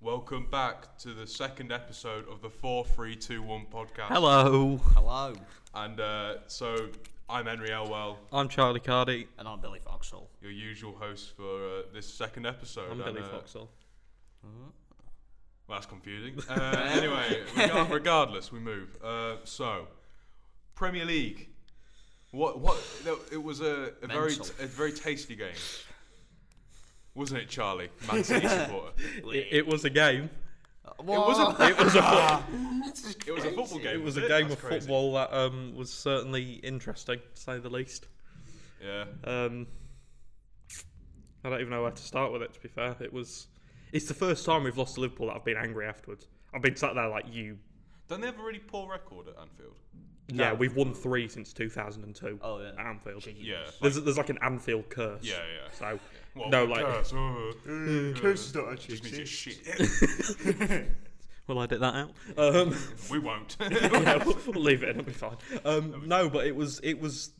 Welcome back to the second episode of the 4321 podcast. Hello, Hello. And uh, so I'm Henry Elwell, I'm Charlie Cardy. And I'm Billy Foxall. your usual host for uh, this second episode. I'm and, Billy uh, Foxall. Well, that's confusing. Uh, anyway, rega- regardless, we move. Uh, so, Premier League. What? What? no, It was a, a very, Mental. a very tasty game, wasn't it, Charlie? Man City supporter. It, it was a game. It was Oh. It was a It was a football game. it was was a game That's of crazy. football that um, was certainly interesting, to say the least. Yeah. Um, I don't even know where to start with it. To be fair, it was. It's the first time we've lost to Liverpool that I've been angry afterwards. I've been sat there like you. Don't they have a really poor record at Anfield? Yeah, we've won three since 2002 Oh, yeah. at Anfield. Yeah. There's, there's like an Anfield curse. Yeah, yeah. So Well, no, like curse, uh, Curse Mm, is not actually just means you're exist. shit. will I edit that out? Um, we won't. yeah, we'll, we'll leave it. It'll be fine. Um, no, but it was it was.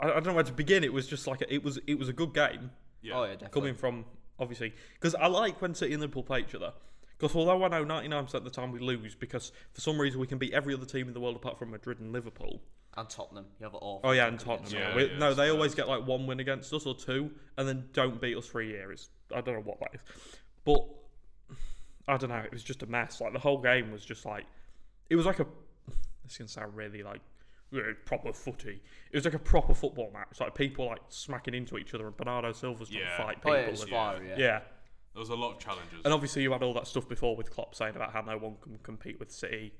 I, I don't know where to begin. It was just like a, it was it was a good game yeah. Oh, yeah, definitely. coming from obviously because I like when City and Liverpool play each other. Because although I know ninety nine percent of the time we lose because for some reason we can beat every other team in the world apart from Madrid and Liverpool. And Tottenham. You have it all. Oh yeah, and Tottenham. Yeah, yeah. We- yeah, no, they Spurs. always get like one win against us or two, and then don't beat us for a year. It's, I don't know what that is, but I don't know. It was just a mess. Like the whole game was just like it was like a. This can sound really like eh, proper footy. It was like a proper football match. Like people like smacking into each other, and Bernardo Silva's trying Yeah. to fight people. Oh, yeah, it's and- fire, yeah. yeah. There was a lot of challenges. and obviously you had all that stuff before with Klopp saying about how no one can compete with City,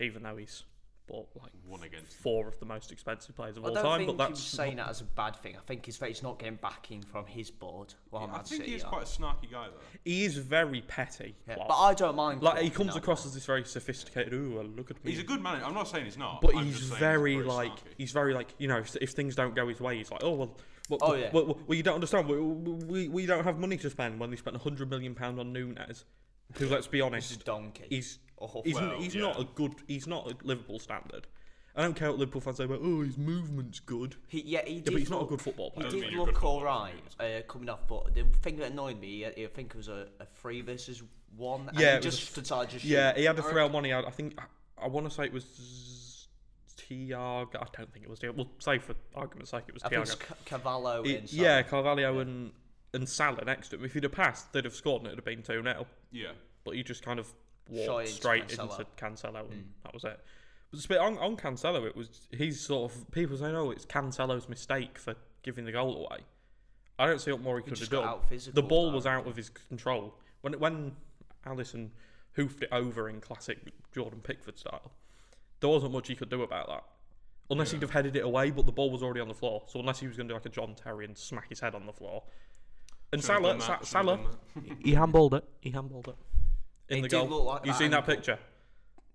even though he's bought like One against. four of the most expensive players of I all don't time. think but he was that's saying that as a bad thing. I think it's that he's not getting backing from his board. Well, I Man think City he's are. quite a snarky guy, though. He is very petty. Yeah, Klopp. But I don't mind. like he Klopp, comes no. across as this very sophisticated. Ooh, well, look at me. He's a good manager. I'm not saying he's not. but I'm he's just saying very pretty like snarky. he's very like you know if, if things don't go his way, he's like oh well. Well, Oh, yeah. well, well, well, you don't understand. We, we, we don't have money to spend when they spent hundred million pound on Nunes. Because let's be honest, He's a donkey. he's Oh, he's, well, he's yeah. not a good he's not a Liverpool standard. I don't care what Liverpool fans say about oh his movement's good. He, yeah, he did but he's not a look- good football player. He Doesn't did mean you're a good look all footballer, right uh, coming off, but the thing that annoyed me, uh, I, I think it was a, a three versus one. Yeah, And he it was a just stood side just Yeah, shooting. he had a three on one. He had, I think, I, I want to say it was Tiago. I don't think it was. Thiago. Well, say for argument's sake, it was I think it was Tiago. Ca- Cavallo and Son. Yeah, Carvalho and and Salah next to him. If he'd have passed, they'd have scored and it'd have been two 0 Yeah. But he just kind of Shot walked into straight Cancelo. Hmm. into Cancelo, and that was it. But it's a bit- on, on Cancelo, it was he's sort of people saying, "Oh, it's Cancelo's mistake for giving the goal away." I don't see what more he could have just got done. out physical, the ball though. was out of his control when when Allison hoofed it over in classic Jordan Pickford style. There wasn't much he could do about that, unless he'd have headed it away. But the ball was already on the floor, so unless he was going to do like a John Terry and smack his head on the floor, and Should've Salah, done Sa- that, should've Salah, done he handballed it. He handballed it in It the did goal. look like you that seen that angle. picture?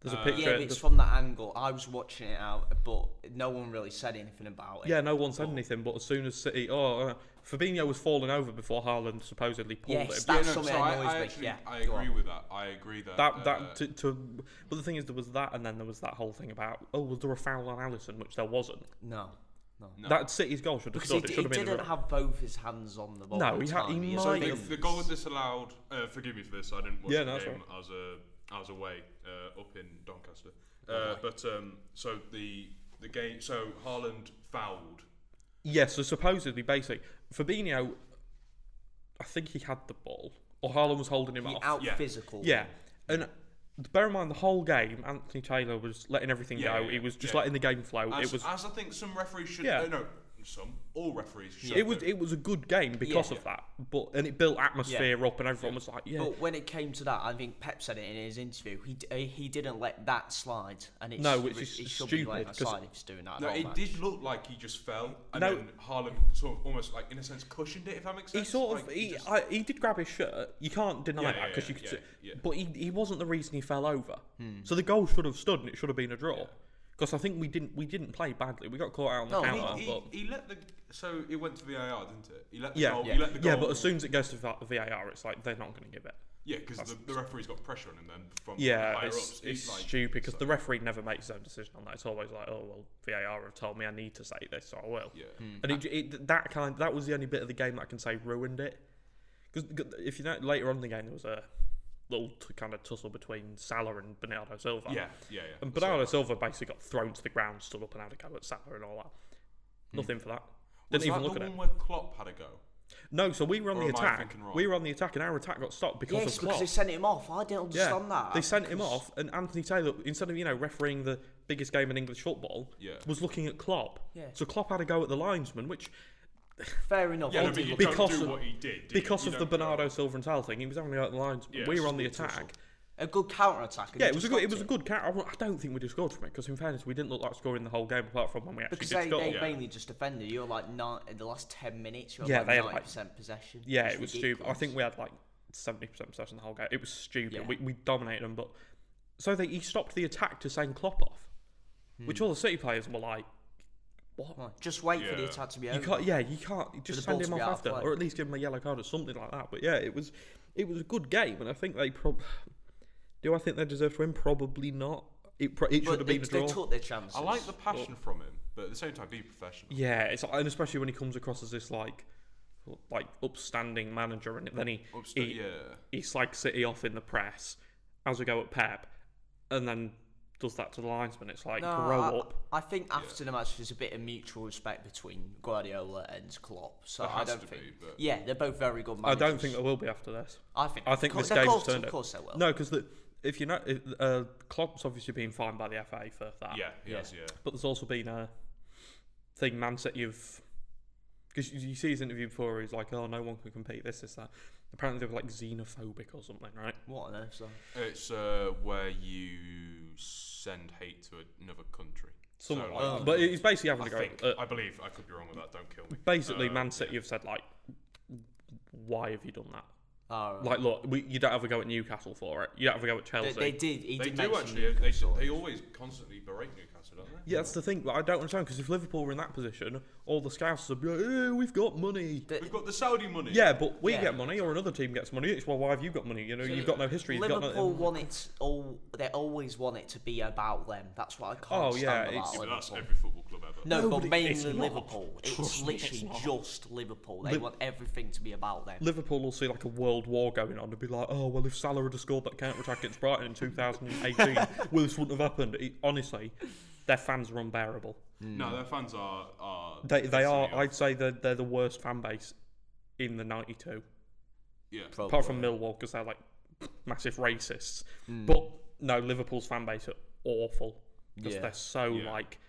There's a Uh, picture. Yeah, but it's from that angle. I was watching it out, but no one really said anything about it. yeah, no one said anything. But as soon as City, oh, uh, Fabinho was falling over before Haaland supposedly pulled Yes, him. that- That's no, something so that I, annoys I me. actually, Yeah, I go agree on. with that. I agree that. That that uh, to, to but the thing is there was that and then there was that whole thing about oh was there a foul on Allison which there wasn't No, no. that City's goal should have Because he, stood it d- should he have been in the didn't middle. have both his hands on the ball. No, at the he had- he time. might only- the, the goal was disallowed. Uh, forgive me for this. I didn't watch Yeah, the no, that's game as a as away uh, up in Doncaster. Uh, but um, so the the game. So Haaland fouled. Yeah, so supposedly basic Fabinho, I think he had the ball or Haaland was holding him He off. out Yeah. physical. Yeah, and bear in mind the whole game Anthony Taylor was letting everything Yeah, go. yeah, he was just yeah. letting the game flow. As, it was as I think some referees should. Yeah. uh, no, some all referees should. it was do. it was a good game because of that. But and it built atmosphere up and everyone was like yeah. But when it came to that, I think Pep said it in his interview. He d- uh, he didn't let that slide, and it's No, which re- is he should be stupid, letting that 'cause- slide if he's doing that. No, at all, it man. did look like he just fell, and No. then Harlem sort of almost like in a sense cushioned it, if that makes He sense. sort of Like, he, just- I, he did grab his shirt. You can't deny Yeah, that yeah, because yeah, you could. yeah, see- yeah. Hmm. But he, he wasn't the reason he fell over. So the goal should have stood and it should have been a draw. Because I think we didn't we didn't play badly. We got caught out on the No, counter. he, but he, he let the so it went to VAR, didn't it? He let the yeah, goal. yeah, He let the goal. yeah. But as soon as it goes to Va- VAR, it's like they're not going to give it. because the, the referee's got pressure on him then from Yeah, higher it's, ups. it's like, stupid because the referee never makes his own decision on that. It's always like, oh well, VAR have told me I need to say this, so I will. Yeah. And it, it, that kind that was the only bit of the game that I can say ruined it Because if you know, later on in the game there was a little t- kind of tussle between Salah and Bernardo Silva. Yeah, yeah, yeah. And So- Bernardo Silva basically got thrown to the ground, stood up and had a go at Salah and all that. Nothing for that. Didn't Hmm. was even that look the at it. one where Klopp had a go? No, so we were on Or the am I attack. thinking wrong? We were on the attack, and our attack got stopped because yes, of because Klopp. they sent him off. I didn't yeah, understand that. they sent him because- off, and Anthony Taylor, instead of you know refereeing the biggest game in English football, Yeah. was looking at Klopp. Yeah. So Klopp had a go at the linesman, which Fair enough. Yeah, I no, did but you look Because don't do of- what he did. do you? because You of the don't go- Bernardo Silva and Tal thing, he was having a go at the linesman. Yeah, we it's were on the a little attack. A good counter attack. Yeah, it was a good. It was a good cat. I don't think we just scored from it because, in fairness, we didn't look like scoring the whole game apart from when we actually Because did they, score. they Yeah. mainly just defended. You're like nine in the last ten minutes. You're Yeah, like they had, ninety like- percent possession. Yeah, It's it was stupid. I ridiculous. think we had like seventy percent possession the whole game. It was stupid. Yeah. We, we dominated them, but so they, he stopped the attack to send Klopp off, which Hmm. all the City players were like, "What? Right, Just wait for the Yeah. attack to be You over. can't, yeah, you can't the just ball send to him be off out of after, play. or at least give him a yellow card or something like that." But yeah, it was it was a good game, and I think they probably do. I think they deserve to win. Probably not. It pro- it should But have they, been a they draw. took their chances. I like the passion from him, but at the same time, be professional. Yeah, it's and especially when he comes across as this like like upstanding manager, and then he Upsta- he, yeah. he slags City off in the press as we go at Pep, and then does that to the linesman. It's like No, grow I, up. I think after the match, there's a bit of mutual respect between Guardiola and Klopp. So There I has don't to think. be, but- Yeah, they're both very good I managers. don't think there will be after this. I think. I think of course, this of game course, turned Of it. course, they will. No, because if you know, if, uh, Klopp's obviously been fined by the FA for that. Yeah, he Yeah. has, yeah. But there's also been a thing Man City have because you, you see his interview before he's like, oh, no one can compete. This, this, that. Apparently they were like xenophobic or something, right? What on earth? sorry? It's uh, where you send hate to another country. Something So, like um, like, that. But he's basically I having to go. think Oh, uh, I believe I could be wrong with that. Don't kill me. basically, Uh, Man City have said like, why have you done that? Oh, right. Like, look, we, you don't have a go at Newcastle for it. You don't have a go at they, Chelsea. they did. He They did do mention actually. They, Newcastle. they always constantly berate Newcastle, don't they? yeah, that's the thing. But I don't understand because if Liverpool were in that position, all the scouts would be like, "Eh, we've got money. They- We've got the Saudi money. Yeah, but we Yeah. get money, or another team gets money. It's well, why have you got money? You know, you've got no history. You've got Liverpool nothing. want it all. They always want it to be about them. That's what I can't Oh, stand yeah, about it's- Yeah, but Liverpool. that's every football club ever. no, Nobody- but mainly it's not. Liverpool. It's Trust me, it's literally not. just Liverpool. They Liv- want everything to be about them. Liverpool will see like a world war going on and be like, oh, well, if Salah had scored that counter attack against Brighton in 2018, well, this wouldn't have happened. It- honestly, their fans are unbearable. No, their fans are are They, they are, silly. I'd say, they're, they're the worst fan base in the 92. yeah. Apart from Millwall, because they're like massive racists. But no, Liverpool's fan base are awful. Because Yeah. they're so Yeah. like,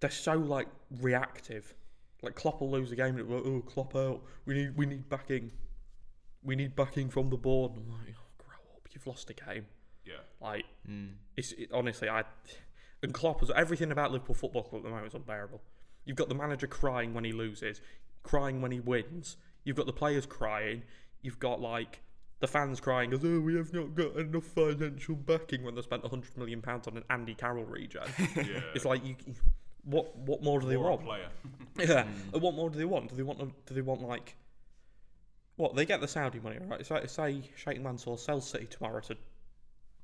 they're so like reactive. Like Klopp will lose a game and it'll be like, oh, Klopp out. We need, we need backing. We need backing from the board. And I'm like, oh, grow up. You've lost a game. Yeah. Like, it's it, honestly, I and Klopp was everything about Liverpool Football Club at the moment is unbearable. You've got the manager crying when he loses, crying when he wins. You've got the players crying. You've got like the fans crying as oh we have not got enough financial backing when they spent hundred million pounds on an Andy Carroll reject. Yeah. it's like you, you- what what more do they Or a want? player. Yeah. And what more do they want? Do they want? Do they want like? What they get the Saudi money right? So say Sheikh Mansour sells City tomorrow to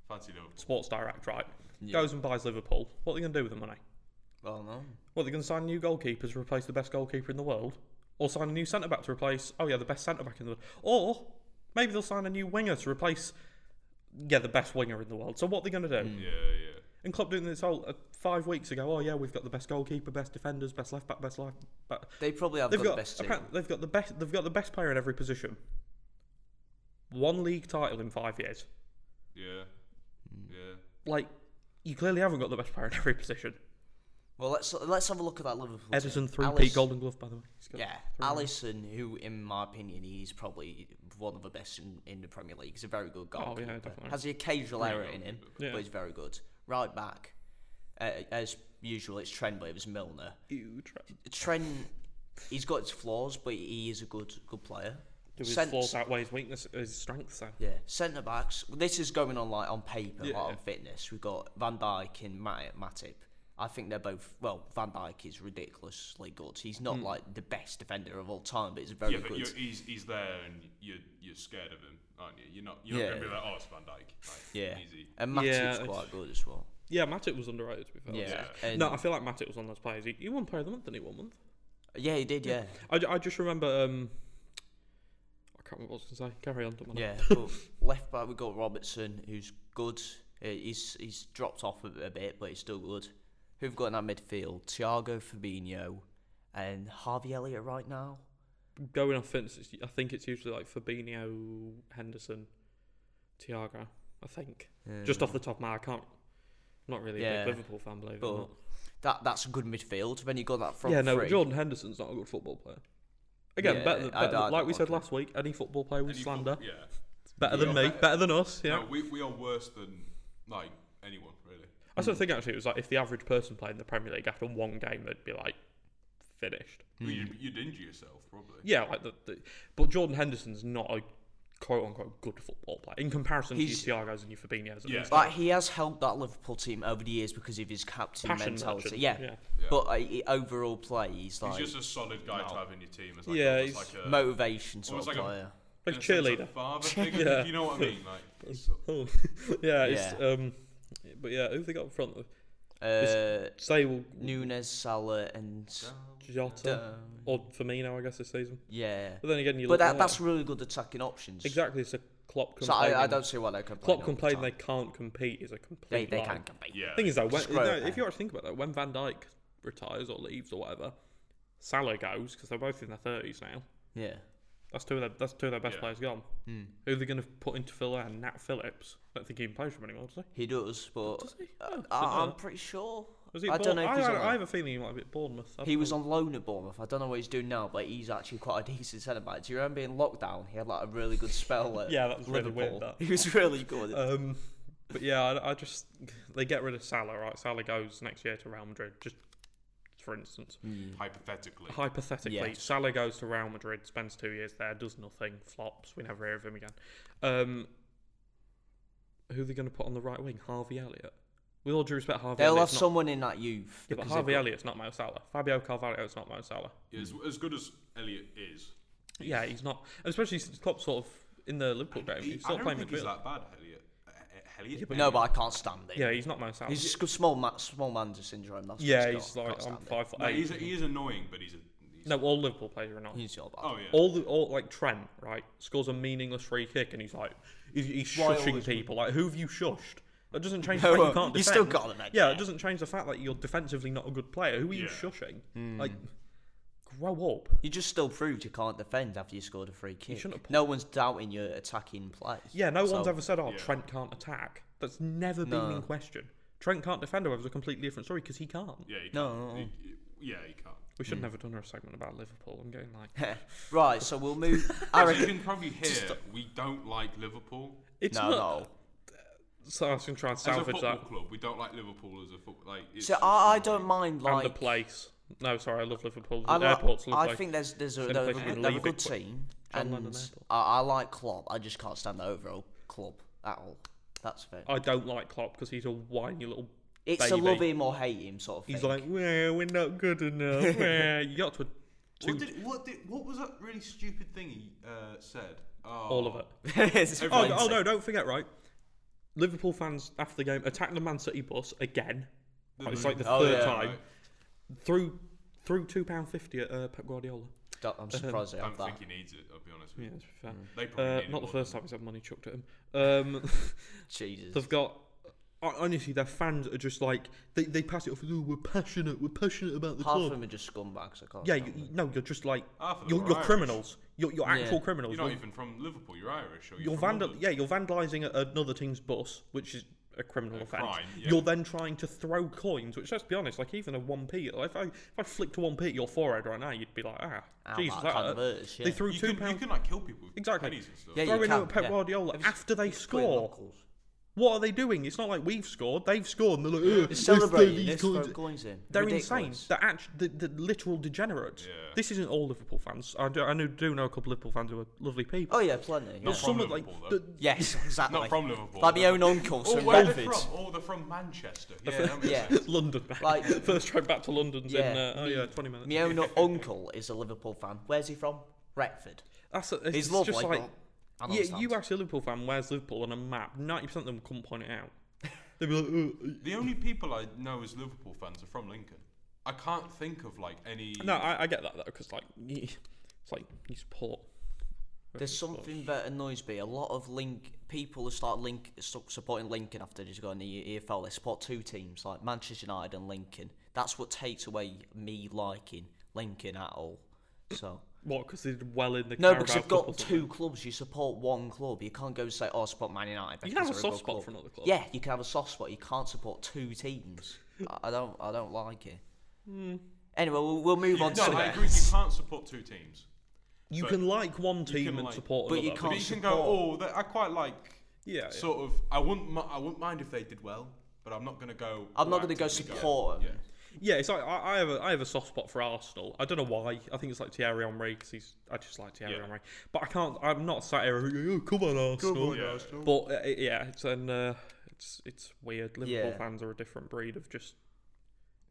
Fancy Liverpool. Sports Direct, right? Goes and buys Liverpool. What are they going to do with the money? Well, no. What, they're going to sign a new goalkeeper to replace the best goalkeeper in the world? Or sign a new centre back to replace, oh yeah, the best centre back in the world? Or maybe they'll sign a new winger to replace, yeah, the best winger in the world. So what are they going to do? Mm. Yeah, yeah. And Klopp doing this whole uh, five weeks ago, oh yeah, we've got the best goalkeeper, best defenders, best left back, best left back. They probably have They've got, got, the best team. apparent- they've got the best. They've got the best player in every position. One league title in five years. Yeah. Yeah. Like, you clearly haven't got the best player in every position. Well, let's let's have a look at that Liverpool. team. Edison three P Alice- Golden Glove, by the way. He's got Yeah, three. Allison, who in my opinion he's probably one of the best in, in the Premier League. He's a very good Oh, yeah, goalkeeper. definitely. Has the occasional error in him, Yeah. but he's very good. Right back, uh, as usual, it's Trent, but it was Milner. You tra- Trent, he's got his flaws, but he is a good good player. Do his Cent- flaws outweigh his weakness, his strengths? Then Yeah, centre backs. This is going on like on paper, Yeah, like on yeah. fitness. We've got Van Dijk and Mati- Matip. I think they're both. Well, Van Dijk is ridiculously good. He's not like the best defender of all time, but he's a very yeah, but good. you're, he's he's there, and you're you're scared of him, aren't you? You're not you're Yeah. not gonna be like, oh, it's Van Dijk. Like, Yeah, easy. and Matip's Yeah, it's- quite good as well. yeah, Matic was underrated to be fair. Yeah, Yeah. and- No, I feel like Matic was one of those players. He, he won Player of the Month, didn't he? One month. yeah, he did. Yeah, I, ju- I just remember. Um, I can't remember what I was going to say. Carry on, don't matter. Yeah, but left back we got Robertson, who's good. Uh, He's he's dropped off a, a bit, but he's still good. Who've got in that midfield? Thiago, Fabinho, and Harvey Elliott right now. Going off fence, it's, I think it's usually like Fabinho, Henderson, Tiago. I think just off the top of my, head, I can't. I'm not really a Yeah. big Liverpool fan, believe it or But not. that that's a good midfield. When you got that front yeah, no, three, Jordan Henderson's not a good football player. Again, Yeah, better, than, I- better than- I- like we said okay. last week, any football player we Any fo- slander, yeah. better Yeah. than me, better than us. Yeah, No, we, we are worse than like anyone really. I sort of think actually it was like if the average person playing the Premier League after one game they'd be like finished. Hmm. Well, You'd, you'd injure yourself probably. Yeah, like the, the but Jordan Henderson's not a quote unquote good football player in comparison He's- to your Thiagos and your Fabinho's. at Yeah. least. like he has helped that Liverpool team over the years because of his captain Passion mentality. merchant, Yeah. yeah. Yeah. but uh, he- overall play, he's He's like just a solid guy to have in your team. As like Yeah, a, he's- as like a, uh, motivation sort Almost of like a- player. Like in a sense, a cheerleader. father figure. Yeah. if You know what I mean? Like, so, Oh, yeah, it's um, but yeah, who have they got in front of? Uh, Say well, Nunes, Salah, and Jota or Firmino, I guess this season. yeah. But then again, you But look that, at- that's really good attacking options. exactly it's a Klopp So I, I complaining- don't see why they're complaining. Klopp all the complaining they time. can't compete is a complete they, they lie. can compete. yeah. thing is though, when, Just grow no, it if back. you actually think about that, when Van Dijk retires or leaves or whatever, Salah goes because they're both in their thirties now. Yeah. That's two of their that's two of their best Yeah. players gone. Who are they going to put into fill in? Nat Phillips. I don't think he even plays for them anymore, does he? He does, but Does he? Oh, I, don't I'm know. pretty sure. Was he I at don't know Bourne- if he's I, on I, loan. have a feeling he might be at Bournemouth. I He don't was know. on loan at Bournemouth. I don't know what he's doing now, but he's actually quite a decent centre back. Do you remember in lockdown? He had like a really good spell at Yeah, that was really Liverpool. weird, that. He was really good. Um, but yeah, I, I just they get rid of Salah, right? Salah goes next year to Real Madrid, just for instance. Mm. hypothetically. Hypothetically, Yeah. Salah goes to Real Madrid, spends two years there, does nothing, flops. We never hear of him again. Um, who are they going to put on the right wing? Harvey Elliott. With all due respect, Harvey. They'll have Elliott's not, someone in that youth. Yeah, but because they've Harvey got- Elliott's not Mo Salah. Fabio Carvalho's not Mo Salah. As, as good as Elliot is, Yeah, he's not. And especially since Klopp sort of in the Liverpool game, he- he's I sort of don't playing think he's midfield. that bad, Elliot. Uh, Elliot. No, but I can't stand it. Yeah, he's not Mo Salah. He's just got small man, small man syndrome. That's what yeah, got. he's like Can't I'm stand it. five foot No, eight. he's, he is annoying, but he's a. He's, no, all Liverpool players are not. He's all bad. Oh yeah. all the all like Trent right scores a meaningless free kick and he's like he's, he's Why shushing always- people like who have you shushed that doesn't change No, the fact uh, you can't defend you still gotta make yeah it. it doesn't change the fact that you're defensively not a good player who are you Yeah. shushing Hmm. like grow up You just still proved you can't defend after you scored a free kick. shouldn't have No one's doubting your attacking play. yeah no one's So- ever said oh Yeah. Trent can't attack that's never been in question Trent can't defend however is a completely different story because he can't Yeah, he can't. No. He, he- yeah, he can't. we should have Hmm. never done a segment about Liverpool I'm getting like right, so we'll move. I As you reckon. can probably hear, we don't like Liverpool it's No, not no. so I was gonna try and as a salvage football that club. We don't like Liverpool as a football. Like, it's So just I, I annoying. don't mind and the like. place no sorry I love Liverpool I, the like, airport's I lovely. think there's there's a, Same they're, a place you good- can they're a leave good it quick. team, John Lennon and Airport. I, I like Klopp. I just can't stand the overall club at all. That's fair. I don't like Klopp because he's a whiny little. It's baby. a love him or hate him sort of thing. He's like, well, we're not good enough. well, you got to a two, What did, what did what was that really stupid thing he uh, said? Oh, all of it. It's Oh, amazing. oh no! Don't forget, right? Liverpool fans after the game attacked the Man City bus again. Like, it's like the Oh, third yeah. time through through two pound fifty at uh, Pep Guardiola. Don't- I'm surprised they I don't have that. think he needs it. I'll be honest with Yeah, you. that's fair. They probably Uh, need it not the more first than- time he's had money chucked at him. Um, Jesus. They've got hon- honestly, their fans are just like they, they pass it off. as, Oh, we're passionate. We're passionate about the Half club. of them are just scumbags. I can't. Yeah, stand you, them. you- no, you're just like Half of them you're, are you're Irish. criminals. You're, you're actual Yeah. criminals. You're You're, not even from Liverpool. You're Irish. Or you're you're from vandal. London. Yeah, you're vandalizing a, another team's bus, which is a criminal offense. crime, yeah. You're then trying to throw coins, which let's be honest, like even a one p. Like if I if I flicked a one p at your forehead right now, you'd be like, ah, Ow, Jesus, that that kind of hurt. hurts, They yeah. threw You two can, you pounds. can like kill people with Exactly. pennies and stuff. Yeah, you Throwing can, out Pep yeah. Guardiola They've after they just cleared score. knuckles. What are they doing? It's not like we've scored; they've scored. And they're like, "Ugh, They're let's throw celebrating. these They're coins." throwing coins in. They're insane. Ridiculous. They're act the, the literal degenerates. Yeah. This isn't all Liverpool fans. I do, I know, do know a couple of Liverpool fans who are lovely people. Oh yeah, Not plenty. yeah. from Some of like Liverpool, the, though. Yes, exactly. Not from Liverpool. Like my own uncle, Oh, Sir where are they David. from? Oh, they're from Manchester. Yeah, that makes Yeah. sense. London. Like- first trip back to London's in Yeah, uh, oh yeah, twenty minutes. My own uncle is a Liverpool fan. Where's he from? Retford. That's a, it's He's it's lovely. just like but I don't yeah, you understand. ask a Liverpool fan where's Liverpool on a map, ninety percent of them couldn't point it out. They'd be like, "Uh, The only people I know as Liverpool fans are from Lincoln. I can't think of like any. uh." no, I, I get that though because like y- it's like you support There's something that annoys me. A lot of link people who start link su- supporting Lincoln after they've gone E- in the EFL. They support two teams like Manchester United and Lincoln. That's what takes away me liking Lincoln at all. So What? Because they did well in the no, Carabao because you've Cup or got something. two clubs. You support one club. You can't go and say, "Oh, I support Man United." You can have a because they're soft good spot for club." another club. Yeah, you can have a soft spot. You can't support two teams. I- I don't. I don't like it. Hmm. Anyway, we'll, we'll move on no, to I the agree. You can't support two teams, You but- can like one can team and like- support but another. you but can't- you can go. Oh, support. that- I quite like. Yeah. yeah. Sort of. I wouldn't. mi- I wouldn't mind if they did well, but I'm not going to go. I'm not gonna go actively support Yeah. 'em. Yeah, it's like I, I have a I have a soft spot for Arsenal. I don't know why. I think it's like Thierry Henry because he's I just like Thierry Yeah. Henry, but I can't. I'm not sat here. Oh, come on, Arsenal. Yeah. But uh, it- yeah, it's an uh, it's it's weird. Liverpool Yeah. fans are a different breed of just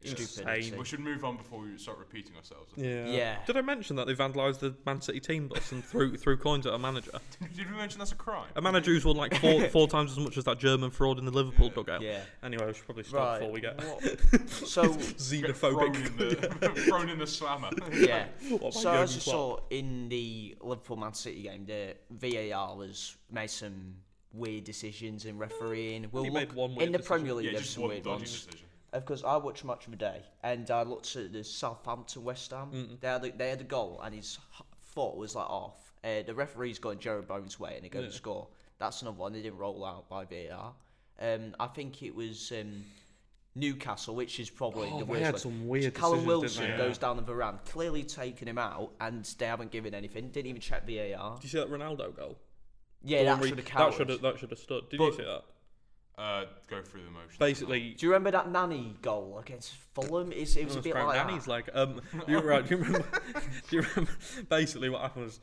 stupidity. We should move on before we start repeating ourselves. yeah. Yeah. Did I mention that they vandalised the Man City team bus and threw threw coins at a manager? Did we mention that's a crime? A manager who's won like four four times as much as that German fraud in the Liverpool dugout. Yeah. Anyway, we should probably stop before we get What- so Get thrown xenophobic. in the, thrown in the slammer. yeah. What about so as Jurgen you saw in the Liverpool Man City game, the VAR was made some weird decisions in refereeing. We'll He look, made one in weird the decision. Premier League. yeah, there's just some one weird dodgy ones. decision. Of course, I watched Match of the Day, and I looked at the Southampton West Ham. They had a, they had a goal, and his h- foot was like off. Uh, the referee's got in Jared Bowen's way, and they go to Yeah. score. That's another one they didn't roll out by VAR. Um, I think it was um, Newcastle, which is probably Oh, the they worst. had one. some weird Callum decisions, Wilson didn't they? goes down the Varane, clearly taking him out, and they haven't given anything. Didn't even check VAR. Do you see that Ronaldo goal? The Yeah, one that where should have he- that counted. should have that should have stood. Did you But- see that? Uh, go through the motions. Basically, Do you remember that Nanny goal against Fulham? It's, it was a Everyone's bit crying. like Oh, Nanny's that. like, um, do you, right, do you remember? do you remember? Basically, what happened was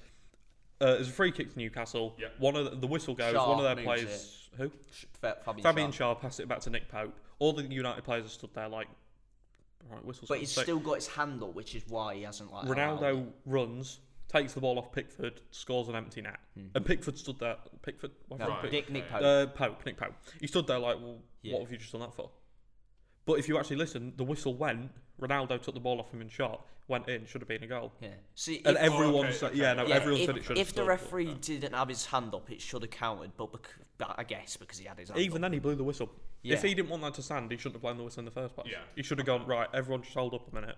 uh, it was a free kick to Newcastle. Yeah. One of the, the whistle goes. one Sharp of their moves players, who Sh- Fa- Fabian Fabian Schär. Shaw, passed it back to Nick Pope. All the United players are stood there like, right, whistle's But gone he's sick. still got his handle, which is why he hasn't like. allowed it. Ronaldo runs, takes the ball off Pickford, scores an empty net, and Pickford stood there. Pickford, what No, Right, Nick, Nick okay. Uh, Pope. Pope, Nick Pope. He stood there like, well, Yeah. what have you just done that for? But if you actually listen, the whistle went. Ronaldo took the ball off him and shot. Went in. Should have been a goal. yeah. See, And if- oh, everyone okay, said, okay. yeah, no, yeah, everyone if, said it should have if the stood, referee didn't have his hand up, it should have counted. But bec- but I guess because he had his but hand Even up. then, he blew the whistle. Yeah. If he didn't want that to stand, he shouldn't have blown the whistle in the first place. Yeah. He should have gone, right, everyone just hold up a minute,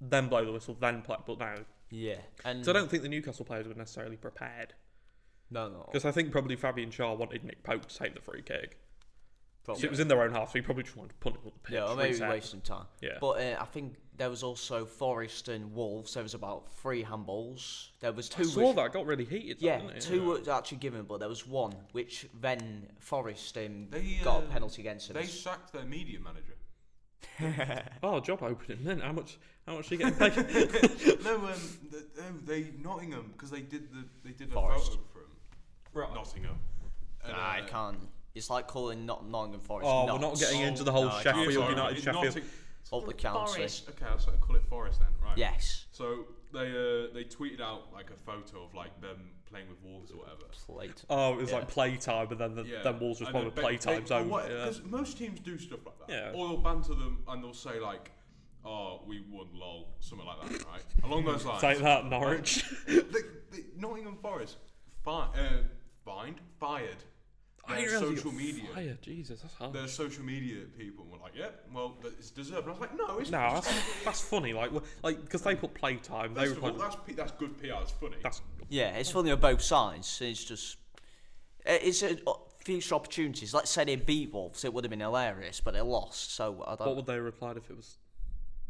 then blow the whistle, then play. But now. yeah, and So I don't think the Newcastle players were necessarily prepared. no, no, Because I think probably Fabian Shaw wanted Nick Pope to take the free kick. So probably. it was in their own half, so he probably just wanted to punt it on the pitch. Oh, Yeah, I maybe reset. wasting time. Yeah. But uh, I think there was also Forest and Wolves. There was about three handballs. There was two. I saw which- that got really heated. though, yeah, didn't it? two were actually given, but there was one which then Forest um, They, got a uh, penalty against They us. sacked their media manager. Oh, job opening. Then how much? How much are you getting paid? no, um, the, oh, they Nottingham because they did the they did a Forest. photo from right. Nottingham. And, Nah, I uh, can't. It's like calling not Nottingham Forest. Oh, we're not getting Oh, into the whole no, I can't. Sheffield sorry, United, it's Sheffield. Notting- Up the county. Forest. Okay, I'll sort of call it Forest then. Right. Yes. So they uh, they tweeted out like a photo of like them playing with Wolves or whatever. Plate. Oh, it was Yeah. like playtime, and then the, Yeah. then Wolves was And probably then ba- playtime they- zone. well, what- yeah. 'cause most teams do stuff like that. Yeah. Or they'll banter them and they'll say like, "Oh, we won, lol," something like that, right? Along those lines. Take that, Norwich. the, the Nottingham Forest fi- uh, fined, fired I their didn't realise you social got media. Fired. Jesus, that's hard. Their social media people were like, "Yep, well, that- it's deserved." And I was like, "No, it's No, not. It's that's, that's funny. Like, w- like because they put playtime. They First were of all, playing. that's, P- that's good PR. It's funny. That's Yeah, it's funny on both sides. It's just, eh, it's a uh, future opportunities. Let's say they beat Wolves, it would have been hilarious, but they lost. So I what don't. would they have replied if it was?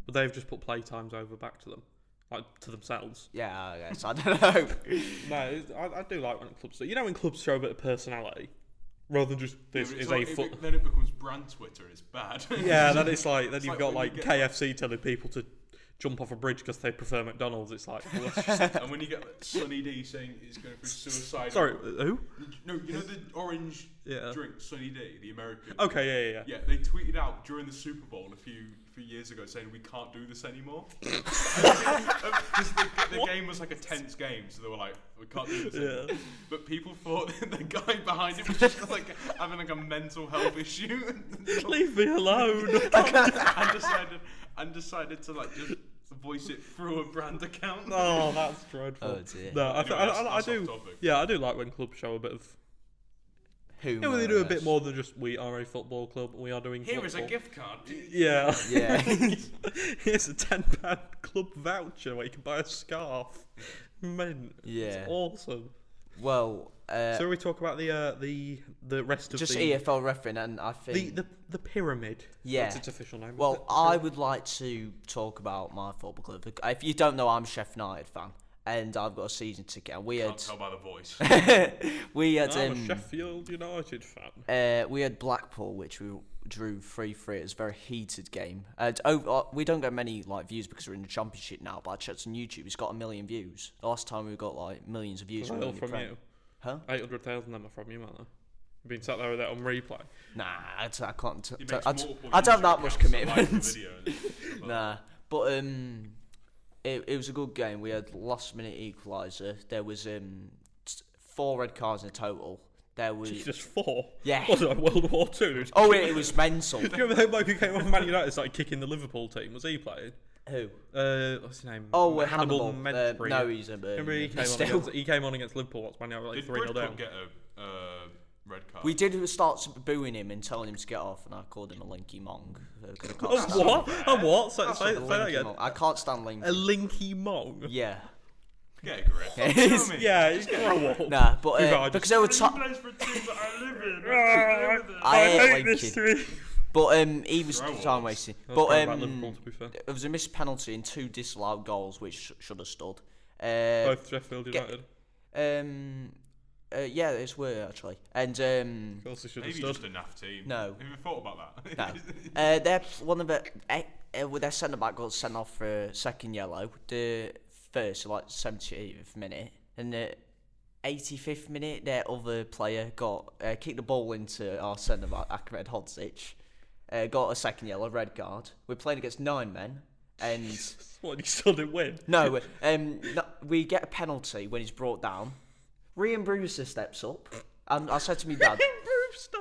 Would they have just put playtimes over back to them, like to themselves? Yeah, I guess I don't know. No, it's- I, I do like when clubs. You know, when clubs show a bit of personality, rather than just this It's is like- a it foot. be- then it becomes brand Twitter. It's bad. Yeah, then it's like then you've like got when you like get- KFC telling people to jump off a bridge because they prefer McDonald's. It's like well, that's just- and when you get Sunny D saying he's going for suicide. sorry, who? No, you know the orange Yeah. drink Sunny D, the American. Okay, yeah, yeah, yeah. Yeah, they tweeted out during the Super Bowl a few few years ago saying we can't do this anymore. 'Cause the, the game was like a tense game, so they were like, we can't do this. Anymore. Yeah. But people thought that the guy behind it was just like having like a mental health issue, and Leave me alone. and decided and decided to like just voice it through a brand account. Oh, that's dreadful. Oh dear. no, I, th- Anyway, I, that's- I, I that's off do. topic. Yeah, I do like when clubs show a bit of. Yeah, well, they do a bit more than just we are a football club. We are doing. Here is a football." gift card. Yeah. Yeah. Here's a ten pound club voucher where you can buy a scarf. Men, Yeah. it's awesome. Well, uh, so we talk about the uh, the the rest of just E the, EFL referring, and I think the the the pyramid. Yeah. That's its official name. Well, I would like to talk about my football club. Look, If you don't know, I'm a Sheffield United fan, and I've got a season ticket. And we Can't had tell by the voice. we had I'm a um, Sheffield United fan. uh, we had Blackpool, which we drew three three. It was a very heated game, and oh, uh, we don't get many like views because we're in the Championship now. But I checked on YouTube; it's got a million views. The last time we got like millions of views. It's we were all in the from Prem. you. Huh? Eight hundred thousand them are from you, aren't they? You've been sat there with that on replay. Nah, I, t- I can't. T- He t- makes I, t- multiple I don't have YouTube that much accounts that like the commitment. videos and stuff like Nah, but um, it, it was a good game. We had last minute equaliser. There was um, t- four red cards in total. There was It's just four. Yeah. Was it World War Two? Eh. oh, it, it was mental. Do you remember that bloke who came off Man United started kicking the Liverpool team? Was he playing? Who? Uh, what's his name? Oh, uh, Hannibal, Hannibal. Uh, Mentry. no, he's a Remember he Birmingham. came, on Still. against, he came on against Liverpool once, man, they were like Did 3 0 Bridgeport down. get a uh, red card? We did start booing him and telling him to get off, and I called him a linky mong. Uh, 'cause I can't A stand- Oh, what? A what? Say, say, I say said a that linky again. mong. I can't stand A linky. linky mong? Yeah, Get a grip. Show me. Yeah, it's grow up. nah, but Who uh, are because just- they were He top. plays for a team that I live in. Ah, I hate this team. But um, he was Throw time us. wasting. I was But talking about um, Liverpool, to be fair. it was a missed penalty and two disallowed goals, which sh- should have stood. Uh, Both Sheffield get- United. um, uh, yeah, it's weird actually. And um, Of course, they should have Maybe stood. just enough team. No. Have you thought about that? no, uh, they're one of the eh, uh, with their centre back got sent off for a second yellow. The first, like seventy eighth minute, and the eighty fifth minute, their other player got uh, kicked the ball into our centre back Ahmed Hodzic. Uh, got a second yellow, red card. We're playing against nine men, and. What, you still didn't win? No, um, no, we get a penalty when he's brought down. Rian Brewster steps up, and I said to me dad,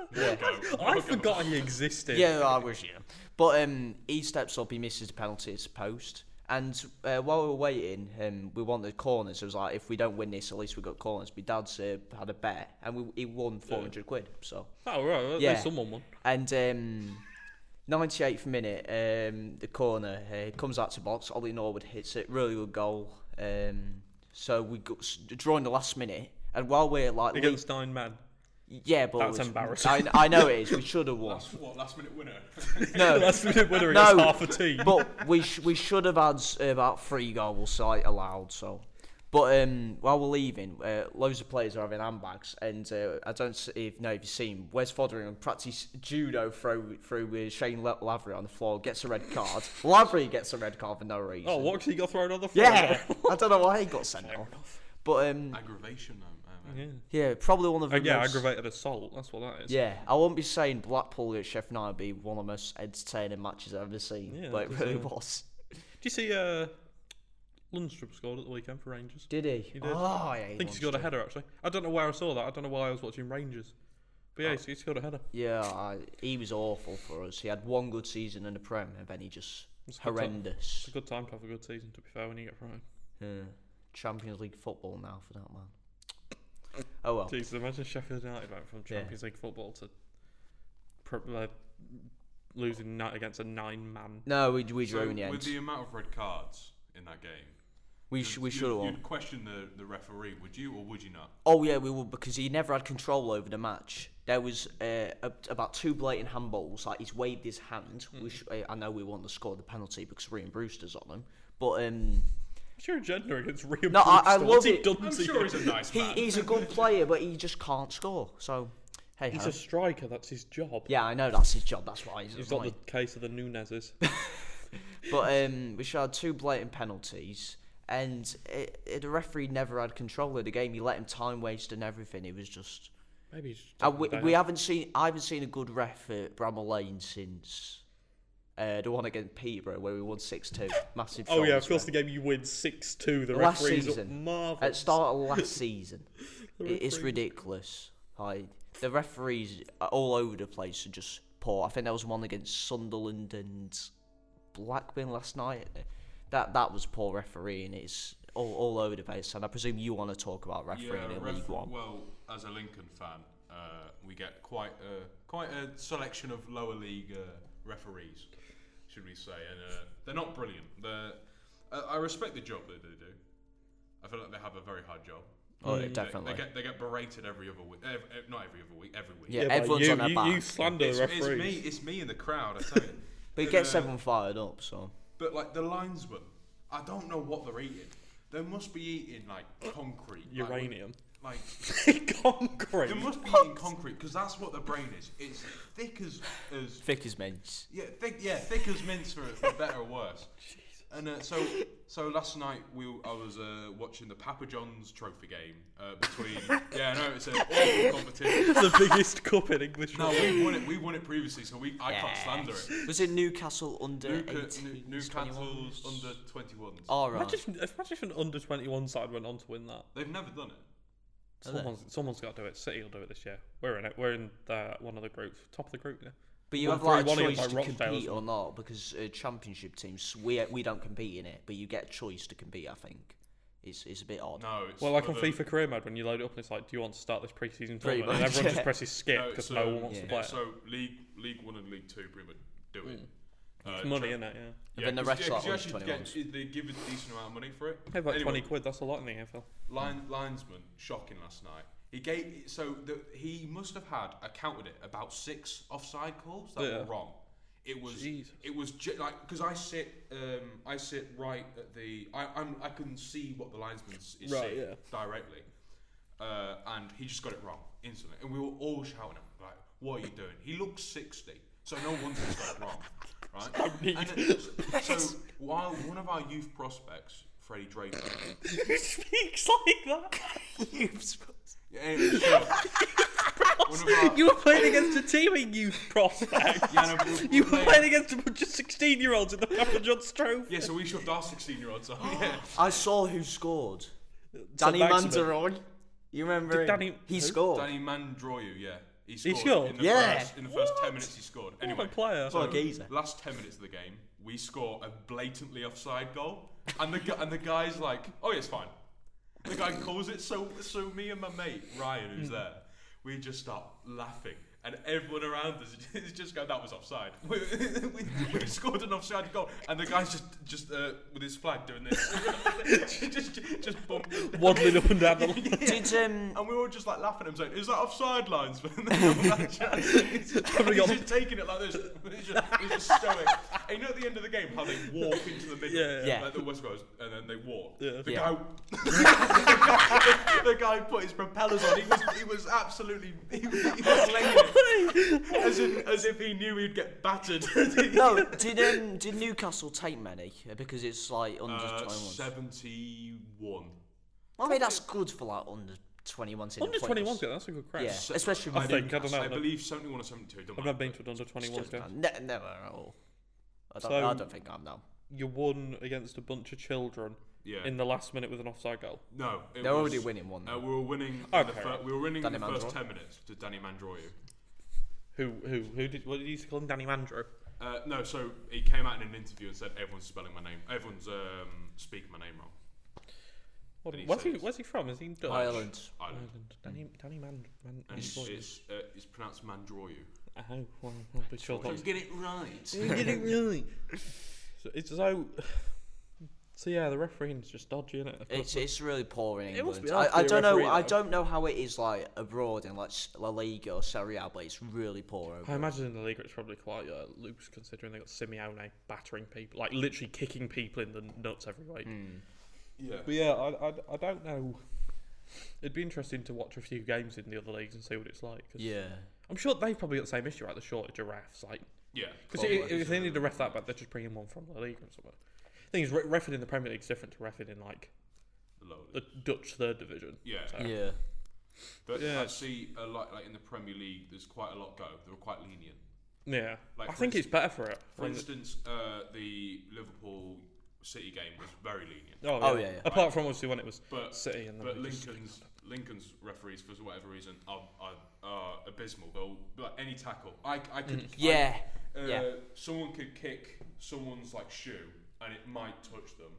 Brewster. Yeah. I forgot he existed. "Yeah, I wish you." But um, he steps up, he misses the penalty, it's post. And uh, while we were waiting, um, we wanted corners. It was like, if we don't win this, at least we got corners. My dad's uh, had a bet, and we, he won four hundred quid. So, Oh, right. well, At Yeah. least someone won. and um, ninety eighth minute, um, the corner uh, comes out to box. Ollie Norwood hits it, really good goal. Um, so we got s- drawing the last minute, and while we're like, le- Against nine men. yeah, but That's it's- embarrassing. I, I know it is. We should have won. Last, what, last minute winner? No, That's the winner No. against half a team. but we sh- we should have had s- about three goals site allowed. So. But um, while we're leaving, uh, loads of players are having handbags, and uh, I don't s- if know if you've seen Wes Fotheringham practice judo through through with Shane La- Lavery on the floor, gets a red card. Lavery gets a red card for no reason. Oh, what? 'Cause he got thrown on the floor? Yeah, I don't know why he got sent off. But um, Aggravation, um, um, Yeah. yeah, probably one of the Uh, yeah, most, aggravated assault. That's what that is. Yeah, I won't be saying Blackpool at Sheffield United be one of the most entertaining matches I've ever seen, Yeah, but it it was, really uh, was. Did you see uh, Lundstrom scored at the weekend for Rangers? Did he? did. Oh, yeah, I think he scored a header actually. I don't know where I saw that. I don't know why I was watching Rangers. But yeah, Oh. he s- he scored a header. Yeah, I, he was awful for us. He had one good season in the Prem, and then he just It's a good time- It's horrendous. a good time to have a good season. To be fair, when you get right. Yeah. Champions League football now for that man. Oh well. Jeez, imagine Sheffield United went from Yeah. Champions League football to pro- uh, losing night against a nine-man. No, we we So drew in the end. with the amount of red cards in that game, we sh- we you'd- should have won. You'd question the, the referee, would you, or would you not? Oh yeah, we would because he never had control over the match. There was uh, a, about two blatant handballs. Like he's waved his hand. Which uh, I know we want to score the penalty because Ryan Brewster's on him. But um, What's your agenda against Rio? No, I- I love he it. done I'm to sure you? he's a nice he, man. he's a good player, but he just can't score. So hey, He's ho. a striker. That's his job. yeah, I know that's his job. That's why he's, He's got annoying. the case of the Nunezes. But um, we should have two blatant penalties, and it, it, the referee never had control of the game. He let him time waste and everything. It was just. Maybe he's just And we, taking a we day off. haven't seen. I haven't seen a good ref at Bramall Lane since uh, the one against Peterborough where we won six two. Massive. Oh yeah, of shoulders course. The there. game you win six two. The Last referee's up season. marvellous. At the start of last season, The it, it's referee- ridiculous. Like the referees are all over the place are just poor. I think there was one against Sunderland and Blackburn last night. that that was poor refereeing. It's all, all over the place, and I presume you want to talk about refereeing in ref- League One. Well, as a Lincoln fan, uh, we get quite a quite a selection of lower league uh, referees, should we say? And uh, they're not brilliant. They're, uh, I respect the job that they do. I feel like they have a very hard job. Oh, They- they- definitely. They, get they get berated every other week. Ev- ev- not every other week. Every week. Yeah, but everyone's you, on their you, back. you slander It's, the it's referees. me. It's me in the crowd. I tell you. But it And, gets uh, everyone fired up, so. But like the linesman, I don't know what they're eating. They must be eating like concrete. like, with- Uranium. like They Concrete. must be eating concrete because that's what the brain is. It's thick as, as Thick as mints. yeah, thick yeah, thick as mince for, for better or worse. And uh, so so last night we w- I was uh, watching the Papa John's Trophy game uh, between yeah no it's an awful competition. the biggest cup in English. No, we won it. We won it previously, so we I can't Yes. slander it. Was it Newcastle under Newca- 18? New- Newcastle's under twenty ones. All right. Imagine, imagine if an under 21 side went on to win that. They've never done it. Are they? Someone's, someone's got to do it. City will do it this year. We're in it. We're in the, one of the groups. Top of the group, yeah. But you Well, have like a three-one choice against, to like, Rochdale as compete or not because uh, championship teams we we don't compete in it, but you get a choice to compete. I think it's it's a bit odd. No. It's Well, like on for the- FIFA Career Mode, when you load it up and it's like, do you want to start this pre-season Pretty tournament? And much, everyone yeah. just presses skip No, because so- no one wants yeah. to play. So league league one and league two pretty much do it. Uh, it's money, Tro- isn't it? Yeah. And then the 'cause- rest yeah, are 'cause you under actually get- They give a decent amount of money for it. Hey, about Anyway, 20 quid. That's a lot in the NFL. Line, linesman, shocking last night. He gave so the, he must have had. I counted it about six offside calls that Yeah. were wrong. It was Jesus. it was ju- like because I sit um, I sit right at the I I'm, I can see what the linesman is Right, seeing yeah. directly, uh, and he just got it wrong instantly, and we were all shouting at him like, "What are you doing?" He looks sixty, so no wonder he's got it wrong, right? And then- so while one of our youth prospects, Freddie Drake. Who speaks like that? Yeah, anyway, sure. One of our, you were playing against a team in youth prospect. yeah, no, but we're- You we're were playing against a bunch of 16-year-olds in the Papa John's Trophy. Yeah, so we shoved our 16 year olds on. Yeah. I saw who scored. So Danny Maximin- Mandaron. You remember Did him? Danny- He who? scored. Danny Mandroyu, yeah. He scored. scored? In the Yeah. First, in the first 10 What? minutes, he scored. What Anyway. a player. so What a geezer. Last 10 minutes of the game, we score a blatantly offside goal. And the, gu- and the guy's like, oh, yeah, it's fine. The guy calls it. So, so me and my mate, Ryan, who's there, we just start laughing. And everyone around us is just going, that was offside. We, we, we scored an offside goal. And the guy's just, just uh, with his flag doing this. just, just bumped it down. Waddling up and down the line. Did um And we were all just like laughing at him, saying, "Is that offside lines?" man?" he's he's just taking it like this. He's just, he's just stoic. And you know, at the end of the game, how they walk into the middle, Yeah, yeah. like Yeah. the West Coast, and then they walk. Yeah. The, Yeah. Guy, the, guy, put his propellers on. He was, he was absolutely, he, he was laying it as if, as if he knew he'd get battered. no did um did Newcastle take many Uh, because it's like under Uh, 21. Seventy-one. I mean that's good for like under 21s in Under the 21's playoffs. good. That's a good crack. Yeah, especially I with think, I don't Newcastle. know. I believe seventy-one or seventy-two. Don't mind. I've never been to an under 21 game. Ne- never at all. I don't, So- I don't think I'm now. You won against a bunch of children Yeah. in the last minute with an offside goal. no, it They're was- already winning one. Uh, though. we were winning. in the Oh, Okay, fir- right. we were winning Danny in the first Mandroy. ten minutes to Danny Mandroyu. Who who who did what did you used to call him? Danny Mandro. Uh, no, so he came out in an interview and said everyone's spelling my name, everyone's um, speaking my name wrong. What, Did he where's say he this? where's he from? Is he Dutch? Ireland. Ireland. Ireland. Danny Danny Mand Man, And it's, Mandroy. it's, uh, it's pronounced Mandroyu. Oh well, I'll be sure that's get it right. really. So it's so So yeah, the refereeing's just dodgy, isn't it? It's it's really poor in It must England. be hard to I, I be a don't know. referee, I though. don't know how it is like abroad in like S- La Liga or Serie A, but it's really poor. Over. I imagine in the league it's probably quite uh, loose considering they got Simeone battering people, like literally kicking people in the nuts every week. Hmm. Hmm. Yeah. But yeah, I, I, I don't know. It'd be interesting to watch a few games in the other leagues and see what it's like. 'cause yeah, I'm sure they've probably got the same issue, right? The shortage of refs, like Yeah. Because if they need to ref that back, they're just bringing one from the league or something. thing is, re- refing in the Premier League is different to refing in like Lowly. the Dutch third division. Yeah. So- yeah. But Yeah. I see a lot like in the Premier League. There's quite a lot go. They were quite lenient. Yeah, Like, I for think it's better for it. For I think instance, uh, the Liverpool City game was very lenient. that- oh, yeah. Oh, yeah, yeah. Apart from obviously when it was But- City and then But we just- Lincoln's Lincoln's referees, for whatever reason, are, are, are abysmal. They'll like any tackle. I, I could I- Mm, Yeah, uh, yeah. Someone could kick someone's like shoe, and and it might touch them,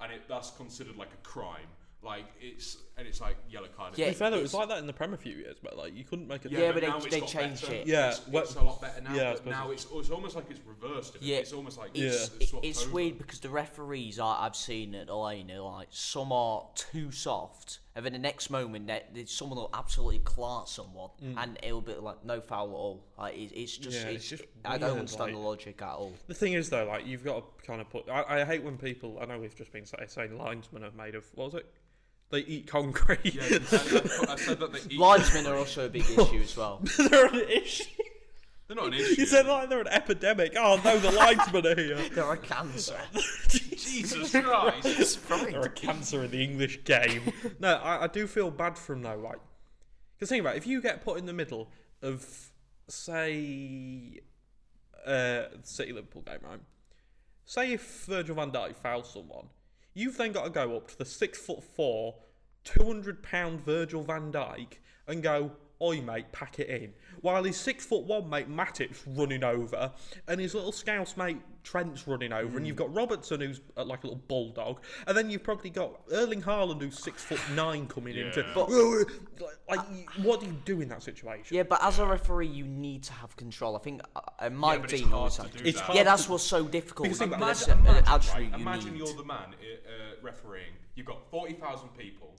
and it that's considered like a crime. Like it's and it's like yellow card. Yeah, To be fair though, it it's- was like that in the Prem a few years back. Like you couldn't make a Yeah, but they- now it's they got changed better. it. Yeah, it's, what- it's a lot better now. yeah, I but suppose now it's it's almost like it's reversed. isn't it? Yeah, it's almost like It's, it's, swapped it's over. weird because the referees I, I've seen at Elena, like, some are too soft, and then the next moment, that that someone will absolutely clart someone, and it'll be like, no foul at all. Like, it, it's just, Yeah, Mm. it's, it's just I don't weird, understand the like- logic at all. The thing is, though, like you've got to kind of put. I, I hate when people. I know we've just been say, saying linesmen are made of what was it? They eat concrete. Yeah, I, I- I said that they eat. Linesmen are also a big issue as well. they're an issue. They're not an issue. You said like they're an epidemic. Oh no, the linesmen are here. They're a cancer. Jesus Christ. They're a cancer in the English game. no, I, I do feel bad from though, like because think about it, if you get put in the middle of say uh City Liverpool game, right? Say if Virgil van Dijk fouls someone, you've then got to go up to the six foot four, two hundred pound Virgil van Dijk and go, Oi mate, pack it in. While his six foot one mate Matip's running over and his little scouse mate Trent's running over and you've got Robertson who's uh, like a little bulldog and then you've probably got Erling Haaland who's six foot nine coming in to Yeah. but, like, you- Uh, what do you do in that situation? Yeah, but as a referee, you need to have control. I think uh, uh, my but it's team hard always to had do control. that. Yeah, It's hard that's to- what's so difficult. Because think about about this, Imagine, uh, imagine, actually, right, you imagine need. you're the man uh, uh, refereeing. You've got forty thousand people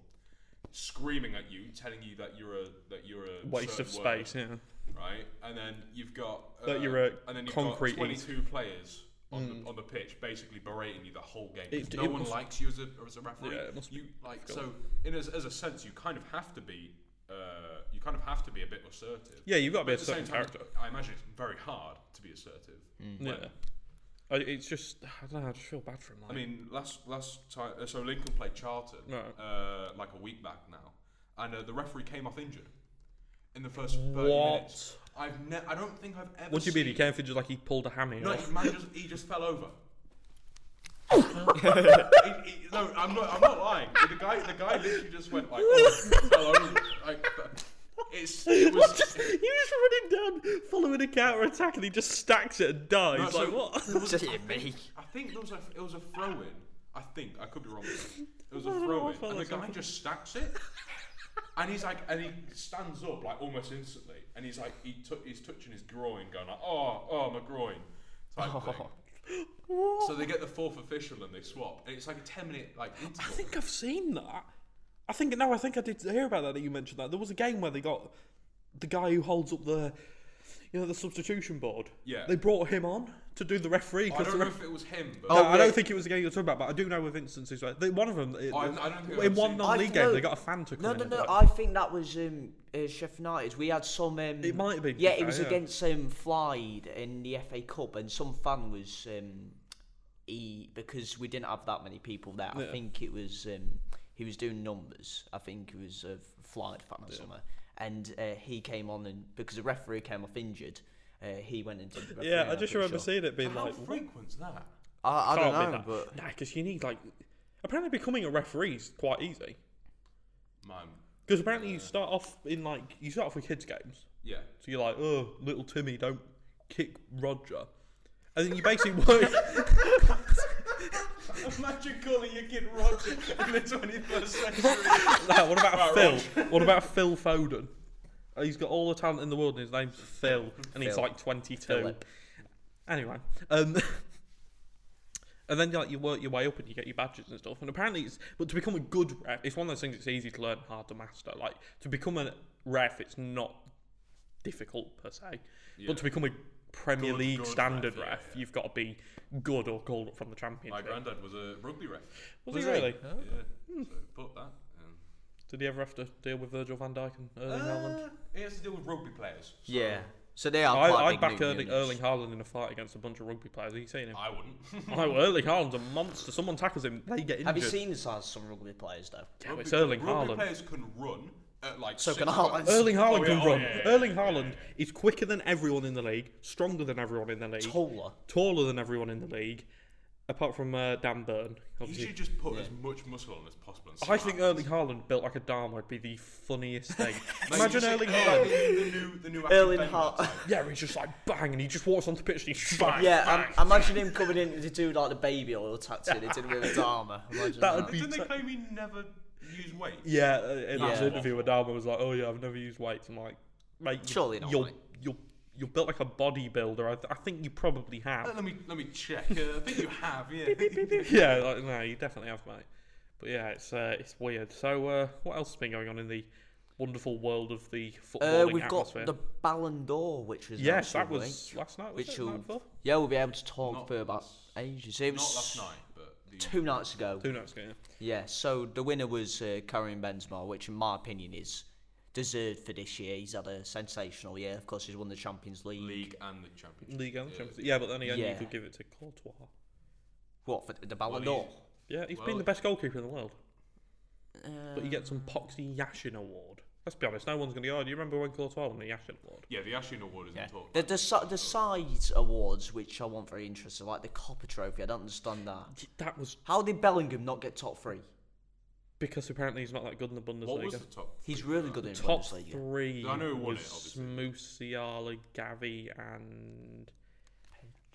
screaming at you, telling you that you're a that you're a Waste certain of word, space, yeah. right? And then you've got uh, That you're a and then you've concrete Mm. got twenty-two players on, the, on the pitch, basically berating you the whole game. 'cause It- no it one must- likes you as a as a referee. Yeah, it must be you like so difficult. in as, as a sense, you kind of have to be. Uh, you kind of have to be a bit assertive. Yeah, you've got to be But a at the same certain time, character. Hmm. I imagine it's very hard to be assertive. Yeah. when- I, it's just, I don't know, I just feel bad for him. Like, I mean, last last time, uh, so Lincoln played Charlton Right. uh, like a week back now, and uh, the referee came off injured in the first thirty minutes. what? I've ne- I don't think I've ever. What do you mean? He seen- came for just like he pulled a hammy No, off? he- man just he just fell over. He- he- no, I'm not. I'm not lying. The guy, the guy literally just went like, oh, fell over. Like, it's it was. Just, he was running down, following a counter attack, and he just stacks it and dies. No, like, so- what? there was- Just I hit think- me. I think there was a it was a throw in. I think I could be wrong. It was a I don't know throw what in, fell and the is guy happening. just stacks it. And he's like, and he stands up like almost instantly, and he's like, he tou- he's touching his groin, going like, oh, oh, my groin, type thing. Oh. So they get the fourth official and they swap, and it's like a ten minute like I interval. think I've seen that. I think, no, I think I did hear about that that you mentioned that. There was a game where they got the guy who holds up the, you know, the substitution board. Yeah. They brought him on to do the referee. I because don't know if it was him, but No, Oh, I yeah. don't think it was the game you're talking about, but I do know of instances where they, one of them it- I- I don't think I've in ever one seen- non-league I've game no- they got a fan to come No, in no, and no. like, I think that was um, uh, Sheffield United. We had some. Um, It might have been, to Yeah, be it fair, was yeah. against um, Flyde in the FA Cup, and some fan was. Um, he because we didn't have that many people there. I Yeah. think it was um, he was doing numbers. I think it was a Flyde fan or something, and uh, he came on and because the referee came off injured. Uh, he went into the referee, yeah, I I'm just pretty remember sure. seeing it being how like, what? frequent's that? I, I don't Can't be know, that. but Nah, because you need like apparently becoming a referee is quite easy Man, because apparently you start off in like you start off with kids games, yeah, so you're like, oh, little Timmy, don't kick Roger, and then you basically work. Imagine calling your kid Roger in the 21st century. Nah, what about Right, Phil? What about Phil Foden? Uh, He's got all the talent in the world, and his name's Phil, and he's Phil. like 22. Philip. Anyway, um, and then like you work your way up and you get your badges and stuff. And apparently, it's but to become a good ref, it's one of those things. It's easy to learn, hard to master. Like to become a ref, it's not difficult per se, Yeah. but to become a Premier Good- League good standard ref, ref, yeah, yeah. you've got to be good or called up from the My championship. granddad was a rugby ref. was, Was he he? really? Yeah, so put that. Um, Did he ever have to deal with Virgil Van Dijk and Erling Haaland? Uh, it has to do with rugby players. so yeah. So they are. I, quite I'd big back new Erling, units. Erling Haaland in a fight against a bunch of rugby players. Are you seen him? I wouldn't. oh, Erling Haaland's a monster. Someone tackles him, they get injured. Have you seen the size of some rugby players though? Yeah, but it's Erling rugby Haaland. players can run at like. So six can foot- Haaland. Erling Haaland Oh, yeah, can oh, run. yeah, yeah, Erling yeah, Haaland yeah, is quicker than everyone in the league, stronger than everyone in the league, Taller. taller than everyone in the league, apart from uh, Dan Burn, He obviously. should just put Yeah. as much muscle on as possible. And see I what think happens. Erling Haaland built like a dam would be the funniest thing. Like, you Imagine see Erling Haaland Haaland. being the new, the new Ashley Erling Benton Haaland. type. Yeah, where he's just like bang, and he just walks onto the pitch and he's bang. Yeah, Bang. I'm, imagine him coming in to do like the baby oil tattoo they did with Adama. That Imagine that. would be- Didn't they claim he never used weight? Yeah, uh, in Yeah. his interview, Adama was like, "Oh yeah, I've never used weights." I'm like, "Mate, you- Surely not, You're mate." you're you're built like a bodybuilder. I, th- I think you probably have. Let me let me check. Uh, I think you have. Yeah. yeah, like, no, you definitely have, mate. But yeah, it's uh, it's weird. So uh, what else has been going on in the wonderful world of the Uh, footballing we've got atmosphere? the Ballon d'Or, which was yes, last that was week, last night. Was which it? Night will before? yeah we'll be able to talk Not for about last- ages. It Not was last night, but the, two nights ago. Two nights ago. yeah. Yeah, so the winner was uh, Karim Benzema, which in my opinion is deserved for this year. He's had a sensational year. Of course, he's won the Champions League. league and the championship. League and the Champions League. Yeah, but then again, you Yeah. could give it to Courtois. What for the Well, Ballon d'Or? he's- Yeah, he's Well, been the best goalkeeper in the world, but you Uh, get some Poxy Yashin award. Let's be honest, no one's going to go. Do you remember when Courtois won the Yashin award? Yeah, the Ashley Award isn't yeah. talked. The, about. the, si- the sides awards, which I want very interested, like the Copper Trophy, I don't understand that. That was How did Bellingham not get top three? because apparently he's not that good in the What was Bundesliga. the top? He's really good in the Top Bundesliga. three I know who won it, was obviously. Musiala, Gavi, and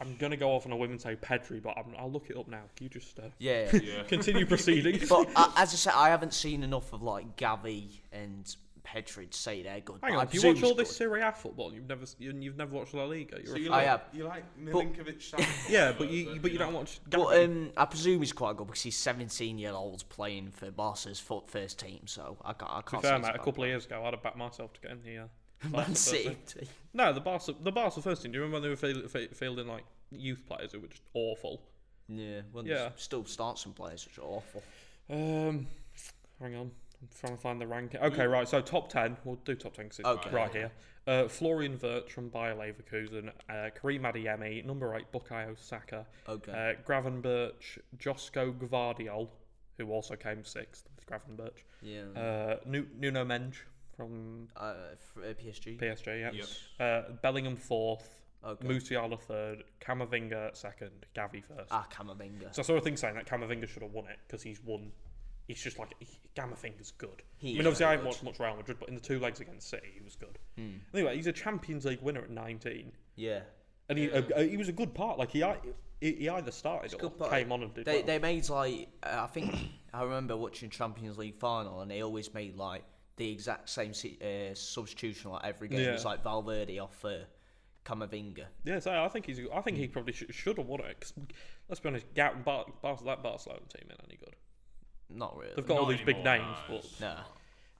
I'm gonna go off on a whim and say Pedri, but I'm, I'll look it up now. You just uh, Yeah. Yeah. continue proceeding. but uh, as I said, I haven't seen enough of like Gavi and Petri to say they're good. Hang but I on, do you presume watch all he's this Serie A football? and You've never s- and you've never watched La Liga. You're So a you f- like, I have- You like Milinkovic? Savic, yeah, uh, but you uh, but you don't watch. good. Gavi. But um, I presume he's quite good because he's 17 year old playing for Barca's foot first team. So I can't. I To be can't say fair, it's mate, a bad. couple of years ago, I'd have backed myself to uh, get in here. Man City. team. No, the Barca, the Barca first team. Do you remember when they were field, fi- fielding like youth players who were just awful? Yeah. Well, Yeah. yeah. Still start some players which are awful. Um, hang on, I'm trying to find the ranking. Okay, right. So top ten. We'll do top ten 'cause it's Mm. Okay. right here. Uh, Florian Wirtz from Bayer Leverkusen, uh, Karim Adiemi, number eight, Bukayo Saka, Okay. uh, Graven Birch, Josko Gvardiol, who also came sixth with Graven Birch, yeah. uh, Nu- Nuno Menge from Uh, for, uh, PSG. PSG, yeah, Yep. uh, Bellingham fourth, okay. Musiala third, Camavinga second, Gavi first. ah, Camavinga. So I saw a thing saying that Camavinga should have won it because he's won. He's just like he, Camavinga's good. He I is mean, obviously, I haven't very good. Hmm. watched much Real Madrid, but in the two legs against City, he was good. Anyway, he's a Champions League winner at 19, Yeah. and he uh, he was a good part. Like he ei- he, he either started or good part. came on and did They, well. they made like uh, I think I remember watching Champions League final and they always made like the exact same si- uh, substitution like every game. It was Yeah. like Valverde off uh, Camavinga. Yeah, so I think he's. I think Hmm. he probably should, should have won it. Cause, let's be honest, Gout and Bar- Bar- that Barcelona team ain't any good. Not really. They've got all Not these big anymore, names, no. but no.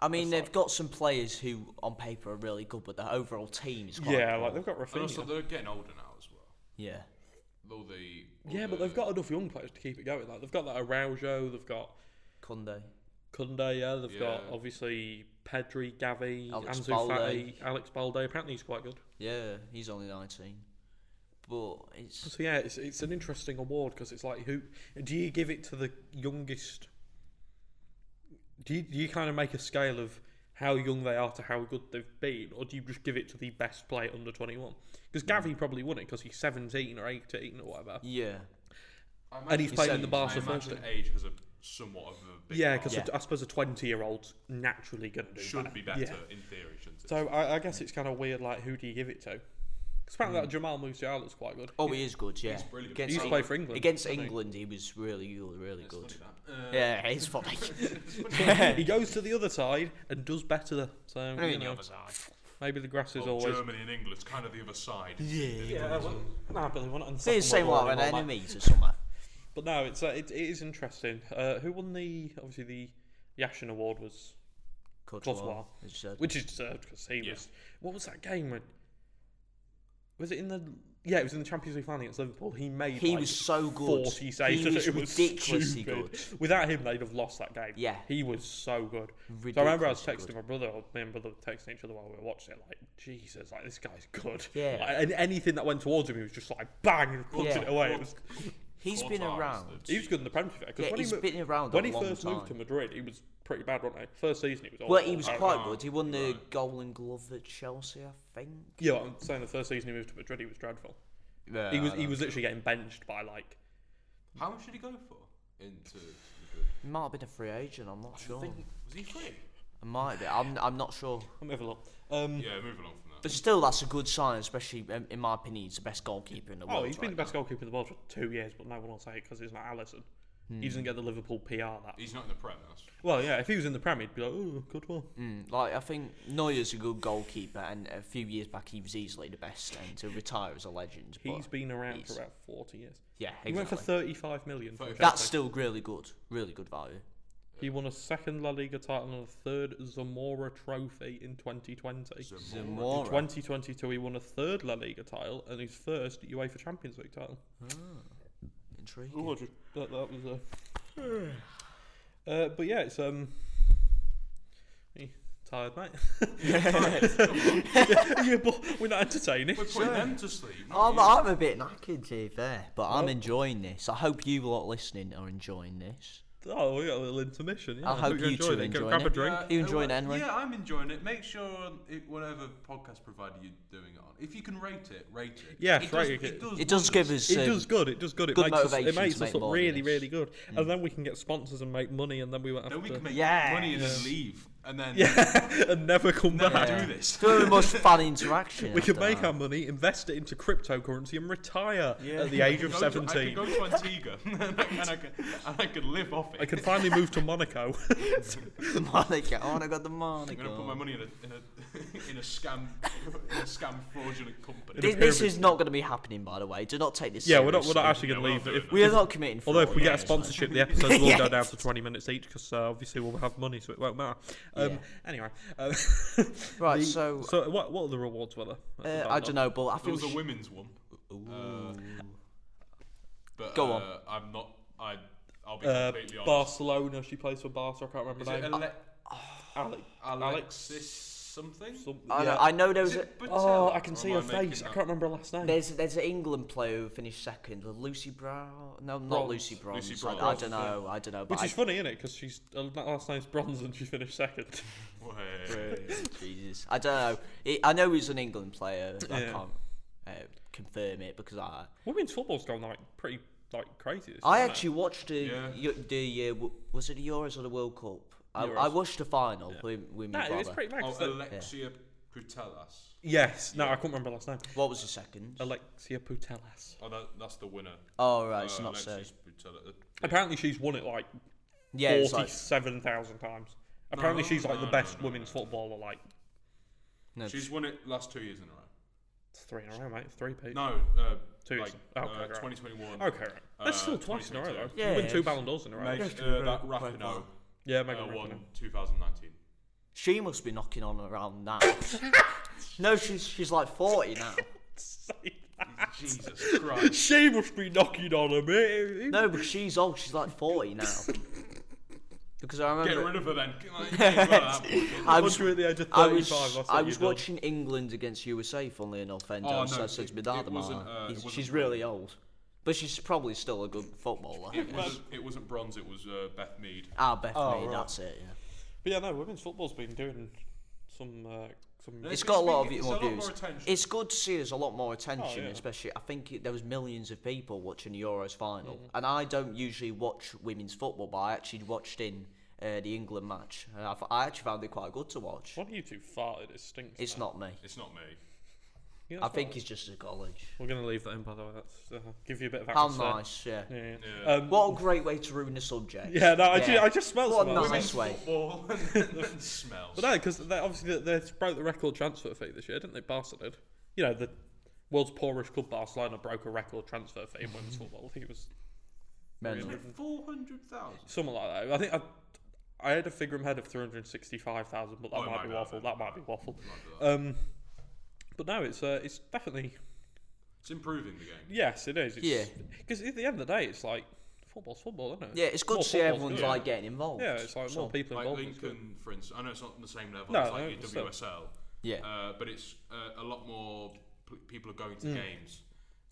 I mean, they've got some players who on paper are really good, but their overall team is quite yeah, poor. like they've got Rafinha. And also, they're getting older now as well. yeah. Though they. yeah, but they've got enough young players to keep it going. Like they've got that Araujo, they've got Kunde. Kunde, yeah, they've got Yeah. obviously Pedri, Gavi, Alex Ansu Balde. Fati, Alex Balde. Apparently he's quite good. Yeah, he's only nineteen, but it's So yeah, it's it's an interesting award because it's like who do you give it to the youngest? Do you, do you kind of make a scale of how young they are to how good they've been, or do you just give it to the best player under twenty one? Because Gavi probably won it because he's seventeen or eighteen or whatever. yeah. I and he's imagine- playing in the I Barca imagine first team. age has a somewhat of a big Yeah, part. because Yeah. I suppose a twenty-year-old's naturally going to do should better. be better Yeah. in theory, shouldn't it? So I, I guess it's kind of weird. Like, who do you give it to? Because apparently that Jamal Musiala's quite good. Oh, he is good. Yeah, brilliant. he against used to Hmm. Eng- play for England. against didn't he? England, he was really good, really It's good. funny that. Uh, Yeah, he's funny. he goes to the other side and does better. So you know, maybe the grass is well, always. Germany and England's kind of the other side. Yeah, well, nah, but they won it in the They're the Second same World like War an and all that. enemies or something. But no, it's uh, it, it is interesting. Uh, who won the obviously the Yashin Award was, Courtois. It's, uh, which is deserved because he Yeah. was. What was that game when? Was it in the? Yeah, it was in the Champions League final against Liverpool. He made. He like, was so good. 40 saves. He was it was ridiculously stupid. good. Without him, they'd have lost that game. Yeah. he was so good. So I remember I was texting Ridiculously my brother, or me and brother were texting each other while we were watching it. Like, Jesus, like this guy's good. Yeah. Like, and anything that went towards him, he was just like bang and punching Yeah. it away. It was, He's been around. he was good in the penalty because Yeah, when he's he, mo- been around when a he long first moved time. to Madrid, he was pretty bad, wasn't he? First season, he was. Well, awful. he was I quite can't- good. He won the Golden Glove at Chelsea, I think. Yeah, what I'm saying the first season he moved to Madrid, he was dreadful. Yeah, he was he was literally getting benched by like How much did he go for into Madrid? He might have been a free agent. I'm not sure. Was he free? It might be. I'm. I'm not sure. I'm over look. Um, Yeah, moving on from that. But still, that's a good sign, especially um, in my opinion, he's the best goalkeeper in the world. Oh, he's been the right best goalkeeper in the world for two years, but no one will say it because it's not Allison. Hmm. He doesn't get the Liverpool PR that. He's not in the Prem. That's Well, yeah, if he was in the Prem, he'd be like, oh, good one. now. Mm, like I think Neuer's a good goalkeeper, and a few years back he was easily the best, and to retire as a legend. But He's been around he's- for about 40 years. yeah, He went for exactly. 35 million. from 35. Chelsea. That's still really good, really good value. He won a second La Liga title and a third Zamora trophy in 2020. Zamora. 2022, he won a third La Liga title and his first UEFA Champions League title. Intriguing. Oh, just, that, that was a. Uh, but yeah, it's um. eh, Tired, mate. yeah, but we're not entertaining. We're putting them to sleep. not I'm, you. Uh, I'm a bit knackered to be fair, but I'm Well- enjoying this. I hope you lot listening are enjoying this. Oh, we got a little intermission. Yeah. I hope you're you two enjoying it. Go enjoying grab a it. drink. Yeah, You enjoying uh, it, Henry? Yeah, I'm enjoying it. Make sure on it, whatever podcast provider you're doing it on, if you can rate it, rate it. Yes, it right, does, you can- it does. It does give wonders. us. It um, does good. It does good. It good makes us, it motivation makes to us make look more Mm. really, videos. really good. And then we can get sponsors and make money, and then we won't have Then we to. can make Yeah. money and then leave, and then yeah, and never come never back. do this. It's really much fan interaction. We can after make that. our money, invest it into cryptocurrency, and retire at the I age could go of to- I could 17. go to Antigua and I could and I could live off it. I can finally move to Monaco. Monica. oh, I want to go to I'm gonna put Monaco. my money in a in a in a scam in a scam fraudulent company. In a This, this pyramid. is not going to be happening, by the way. Do not take this. yeah, we're not, we're seriously. not actually going to Yeah, leave. we're If, not We are if- not committing. Fraud, although if we get a yeah, sponsorship, the episodes will go Yes. down to 20 minutes each because uh, obviously we'll have money, so it won't matter. Um, Yeah. Anyway, um, so- Right. the- so so what what are the rewards were there? uh, I don't know, but I There think was a we women's one, should- uh, but Go uh, on. I'm not. I I'll be Uh, completely honest. Barcelona. She plays for Barca. I can't remember Is the it name. Ale- Alex. Alexis something? Some, I, yeah. know, I know there was. Is A, it Patel, oh, I can or see am her I making face. I that- can't remember her last name. there's there's an England player who finished second. Lucy Brown. No, not Bronze. Lucy Brown. Lucy I, Bronze, don't know. I don't know. But Which is funny, isn't it? Because she's uh, that last name's Bronze and she finished second. Wait. I, Jesus. I don't know. It, I know he's an England player. I Yeah. can't uh, confirm it because I. Women's football's gone like pretty like crazy. This I year. actually watched the Yeah. Eu- the uh, w- was it the Euros or the World Cup? I, I Euros. watched the final with, with my no, it's brother. pretty mad. 'cause Oh, the- Alexia Putellas. yes, no, I can't remember her last name. What was the second? Alexia Putellas. Oh, that, that's the winner. Oh right, it's Uh, not so. Alexis Putellas. Apparently, she's won it like Yeah, it's like forty-seven thousand times. Apparently, No, she's like no, the no, best no, women's footballer like no, She's won it last two years in a row. three in a row, mate. Three people. No, uh, Two like years. Oh, Okay, uh, right. 2021. Okay, right. that's Uh, still twice in a row though. 2022. Yeah, Yeah, you win two it's- Ballon d'Ors in a row. Meg, That's uh, true. that Quite Rapinoe well. yeah, uh, Megan won Rapinoe. 2019. she must be knocking on around now. no, she's she's like forty now. Say Jesus that. Christ. She must be knocking on him. eh? No, but she's old. She's like forty now. Because I Get remember rid of her then. Like, get rid of that one. I Once was you're at the age of I was, 35, that's I what was you've done. watching England against USA. Funnily enough, and uh, Oh, I no, said to it- my dad, it I'm wasn't, like, uh, it he's- wasn't she's very really old, but she's probably still a good footballer. It wasn't, it wasn't bronze, it was uh, Beth Mead. Ah, Beth Oh, Mead, right. that's it. Yeah. But yeah, no, women's football's been doing some uh, some. Yeah. It's It's got a lot been- of it's more a lot views. more attention. It's good to see there's a lot more attention, Oh, yeah. especially I think it, there was millions of people watching the Euros final, Mm-hmm. and I don't usually watch women's football, but I actually watched in uh, the England match, and I, f- I actually found it quite good to watch. One of you two farted. It stinks. It's not me. It's not me. Yeah, I that's think alright. it's just a college. We're gonna leave that in, by the way. That's uh, give you a bit of How access. there. nice, yeah. Yeah. Yeah. yeah. Um, What a great way to ruin the subject. yeah, no, I, ju- I just smell What a something. nice- Women's way. football and, and smells. But no, because they, obviously they, they broke the record transfer fee this year, didn't they? Barca did. You know, the world's poorest club, Barcelona, broke a record transfer fee in Hmm. women's football. I think it was Mental. 400,000. something like that. I think I, I had a figure in my head of three hundred sixty-five thousand, but that Oh, it might, might be be waffle. that. That might be waffle. Might be Um, but no, it's uh, it's definitely It's improving the game. Yes, it is. It's, Yeah. Because at the end of the day, it's like football's football, isn't it? Yeah, it's good More to see football's everyone's good. like "Oh, getting involved. Yeah, it's like more So- people Like involved. it's good. Lincoln, for instance, I know it's not on the same level No, as no, like but your still. WSL, Yeah. uh, but it's uh, a lot more p- people are going to games.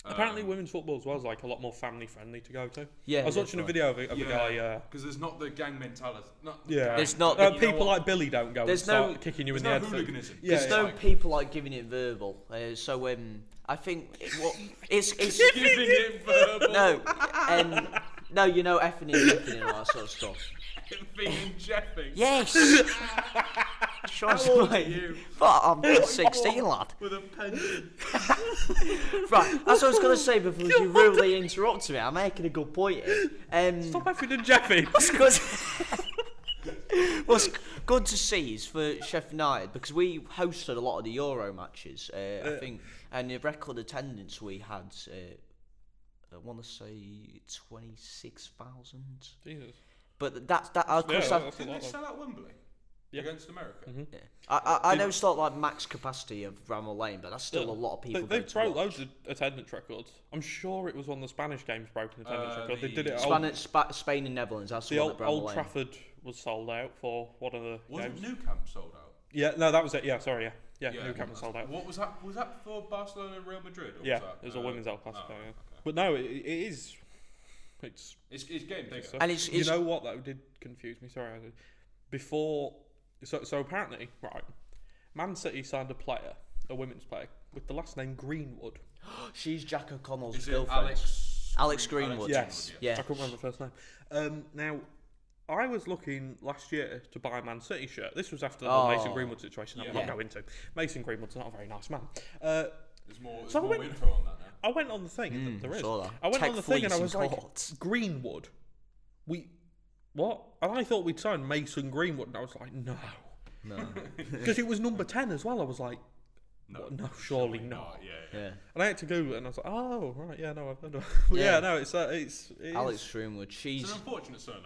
Um, Apparently, women's football as well is like a lot more family friendly to go to. Um, Yeah, I was that's watching a right. video of, a- of a guy. Uh, because there's not the gang mentality. Not the Yeah. gang, There's not but uh, you know people what? like Billy don't go. There's and start no- kicking you There's in the no head. for- hooliganism. Yeah, There's yeah. no like- people like giving it verbal. Uh, so um, I think it, what it's it's giving it verbal. no. Um, No, you know, effing and jeffing and all that sort of stuff. Being Jeffing. Yes! Trust How old are me. you? But I'm 16, lad. With a pension. Right, that's what I was going to say before you rudely interrupted me. I'm making a good point here. Um, Stop effing and jeffing. What's good? What's good to see is for Sheffield United because we hosted a lot of the Euro matches. Uh, I think, and the record attendance we had, uh, I want to say twenty six thousand. Jesus. But that's that. I, Yeah, course, I, that's a Didn't they lot of- Mm. sell out Wembley against America? yeah. I, I, I know it's not like max capacity of Bramall Lane, but that's still a lot of They- people. They, go to broke watch. loads of attendance records. I'm sure it was one of the Spanish games broke an attendance Uh, record. They did the it at Span- Old, Spa- Spain and Netherlands. That's the, the one old, at Bramall old Lane. Trafford was sold out for one of the Wasn't games. New Camp sold out? Yeah, no, that was it. Yeah, sorry, yeah. Yeah, Yeah, New Camp was sold out. What was that? Was that for Barcelona and Real Madrid? Or Yeah, was that, it was a uh, women's El Clasico. oh, yeah. okay. But no, it, it is. It's It's, it's game day. So- And it's- you it's- know what though did confuse me. Sorry, I did. Before, so so apparently, right, Man City signed a player, a women's player with the last name Greenwood. She's Jack O'Connell's Is it girlfriend. Alex? Alex Greenwood. Yes, Yeah. Yeah. I can't remember the first name. Um, now, I was looking last year to buy a Man City shirt. This was after the whole Mason Oh. Greenwood situation. I'm Yeah. not Yeah. going to. Mason Greenwood's not a very nice man. Uh, There's more. There's So I more went- info on that now. I went on the thing. th- there is. Hmm, saw that. I went Tech on the thing and I fleece was and like, courts. Greenwood. We what? And I thought we'd signed Mason Greenwood, and I was like, no, No. because it was number ten as well. I was like, No, no, no surely Oh, not. yeah. yeah. yeah. And I had to Google it, and I was like, oh right, yeah, no, I've heard of but yeah. Yeah. no, it's uh, it's it is- Alex Greenwood. She's It's an unfortunate surname.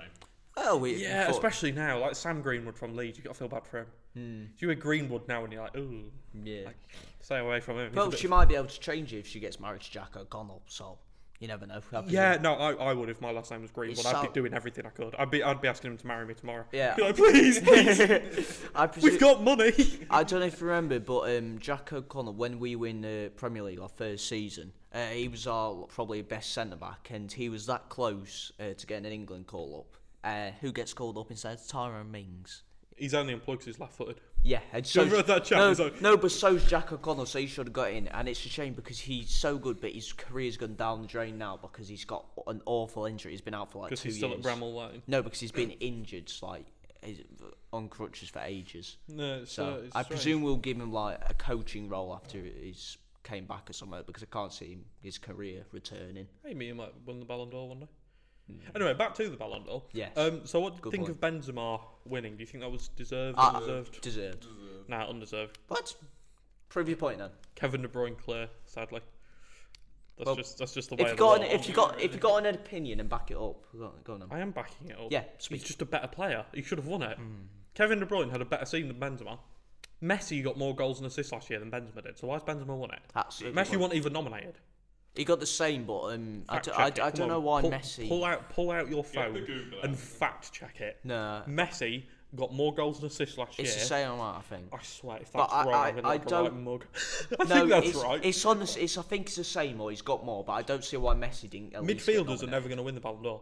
Oh, we, Yeah, but- especially now, like Sam Greenwood from Leeds, you got to feel bad for him. Hmm. If you were Greenwood now, and you're like, ooh, Yeah. like, stay away from him. he's a Well, bit she of- might be able to change it if she gets married to Jack O'Connell, so you never know. have you? Yeah, no, I, I would if my last name was Greenwood. It's I'd be so- doing everything I could. I'd be I'd be asking him to marry me tomorrow. Yeah. Be like, please, please, I we've presume. got money. I don't know if you remember, but um, Jack O'Connell, when we win the Premier League our first season, uh, he was our probably best centre back, and he was that close uh, to getting an England call up. Uh, who gets called up instead? Tyrone Mings. He's only unplugged his left footed. Yeah, and so read that chat, no, it's like- no, but so's Jack O'Connell, so he should have got in, and it's a shame because he's so good, but his career's gone down the drain now because he's got an awful injury. He's been out for like Because two he's still years. at Bramall Lane. No, because he's been injured, like he's on crutches for ages. No, it's, uh, So it's I strange. presume we'll give him like a coaching role after he's came back or something because I can't see him, his career returning. Hey, me, you might win the Ballon d'Or one day. Anyway, back to the Ballon d'Or. Yes. Hmm. Um, so, what do you Good think of Benzema winning? Do you think that was deserved? Ah, undeserved? deserved. Nah, undeserved. But prove your point then. Kevin De Bruyne clear, sadly. That's Well, just that's just the way. If you of the got law. an, if you got if you got an opinion and back it up, go on, go on then. I am backing it up. Yeah, he's speak. Hmm. just a better player. He should have won it. Kevin De Bruyne had a better season than Benzema. Messi got more goals and assists last year than Benzema did. So why has Benzema won it? That's a good Messi point. wasn't even nominated. He got the same, but um, I, Fact d- check I, it, d- I come don't on. know why pull, Messi. Pull out, pull out your Get the phone Google out. and fact check it. no, Messi got more goals and assists last it's year. the same amount, I think. I swear, if that's But I- wrong, I- I'm gonna I have a right don't- mug. I no, think that's it's, right. It's on the. s- It's I think it's the same, or he's got more, but I don't see why Messi didn't. At least get Midfielders are nominated. never going to win the Ballon d'Or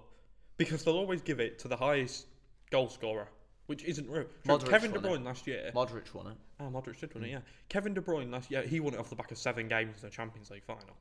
because they'll always give it to the highest goal scorer, which isn't real. True, Modric Kevin De won it. Bruyne last year. Modric won it. Ah, Modric did win it, yeah. Kevin De Bruyne last year, he won it off the back of seven games in the Champions League final.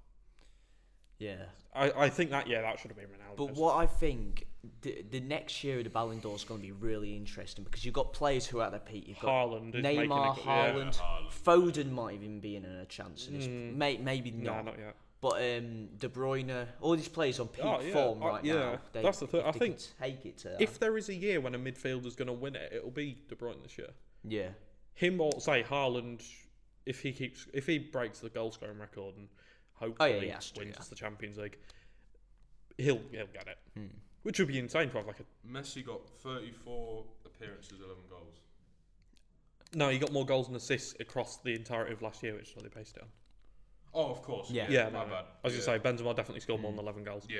Yeah. I, I think that, yeah, that should have been Ronaldo. But what I think the, the next year of the Ballon d'Or is going to be really interesting because you've got players who are at their peak. You've got Haaland is making Neymar, it go- yeah. Haaland, Foden might even be in a chance. In this, Mm. may, maybe Nah, not. not yet. But um, De Bruyne, all these players on peak Oh, yeah. form Oh, right yeah. now. They, That's the thing. if I they think could take it to that. If there is a year when a midfielder's going to win it, it'll be De Bruyne this year. yeah, Him or, say, Haaland, if he keeps, if he breaks the goal scoring record and Oh, yeah, hopefully he has to, wins yeah. the Champions League, he'll, he'll get it. Hmm. Which would be insane to have like a. Messi got 34 appearances, 11 goals. No, he got more goals and assists across the entirety of last year, which is what they based it on. Oh, of course. Yeah. Mm. Yeah, my no, no. bad. I was yeah. going to say, Benzema definitely scored more than 11 goals. Yeah,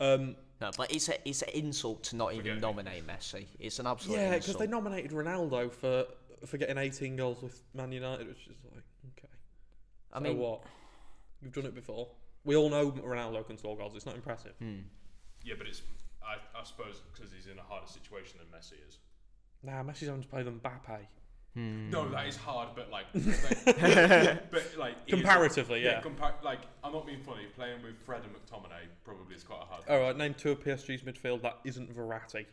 yeah, Um, no, but it's a it's an insult to not even Forget it. nominate Messi. It's an absolute yeah, because insult. they nominated Ronaldo for for getting 18 goals with Man United, which is like, okay. I so mean, what? You've done it before. We all know Ronaldo can score goals. It's not impressive. hmm, yeah. Yeah, but it's. I, I suppose because he's in a harder situation than Messi is. Nah, Messi's having to play than Mbappe. No, that is hard, but like, like- but like it is- Comparatively, yeah. compar- like I'm not being funny. Playing with Fred and McTominay probably is quite a hard. All right, name two of PSG's midfield that isn't Verratti.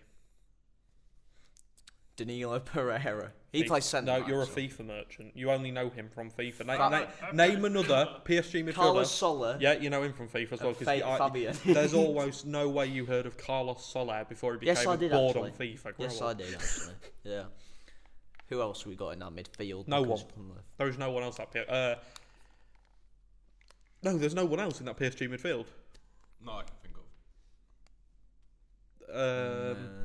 Danilo Pereira. He plays centre. No, back, you're a so- FIFA merchant. You only know him from FIFA. Na- Fa- na- Name another PSG midfielder. Carlos Soler. Yeah, you know him from FIFA as well. 'cause Fa- you- I- Fabian. there's almost no way you heard of Carlos Soler before he became Yes, I did bored actually. on FIFA. Grow Yes, up. I did actually. yeah. Who else we got in that midfield? No Because- There is no one else up here. Uh, no, there's no one else in that PSG midfield. No, I can think of. Um, Uh,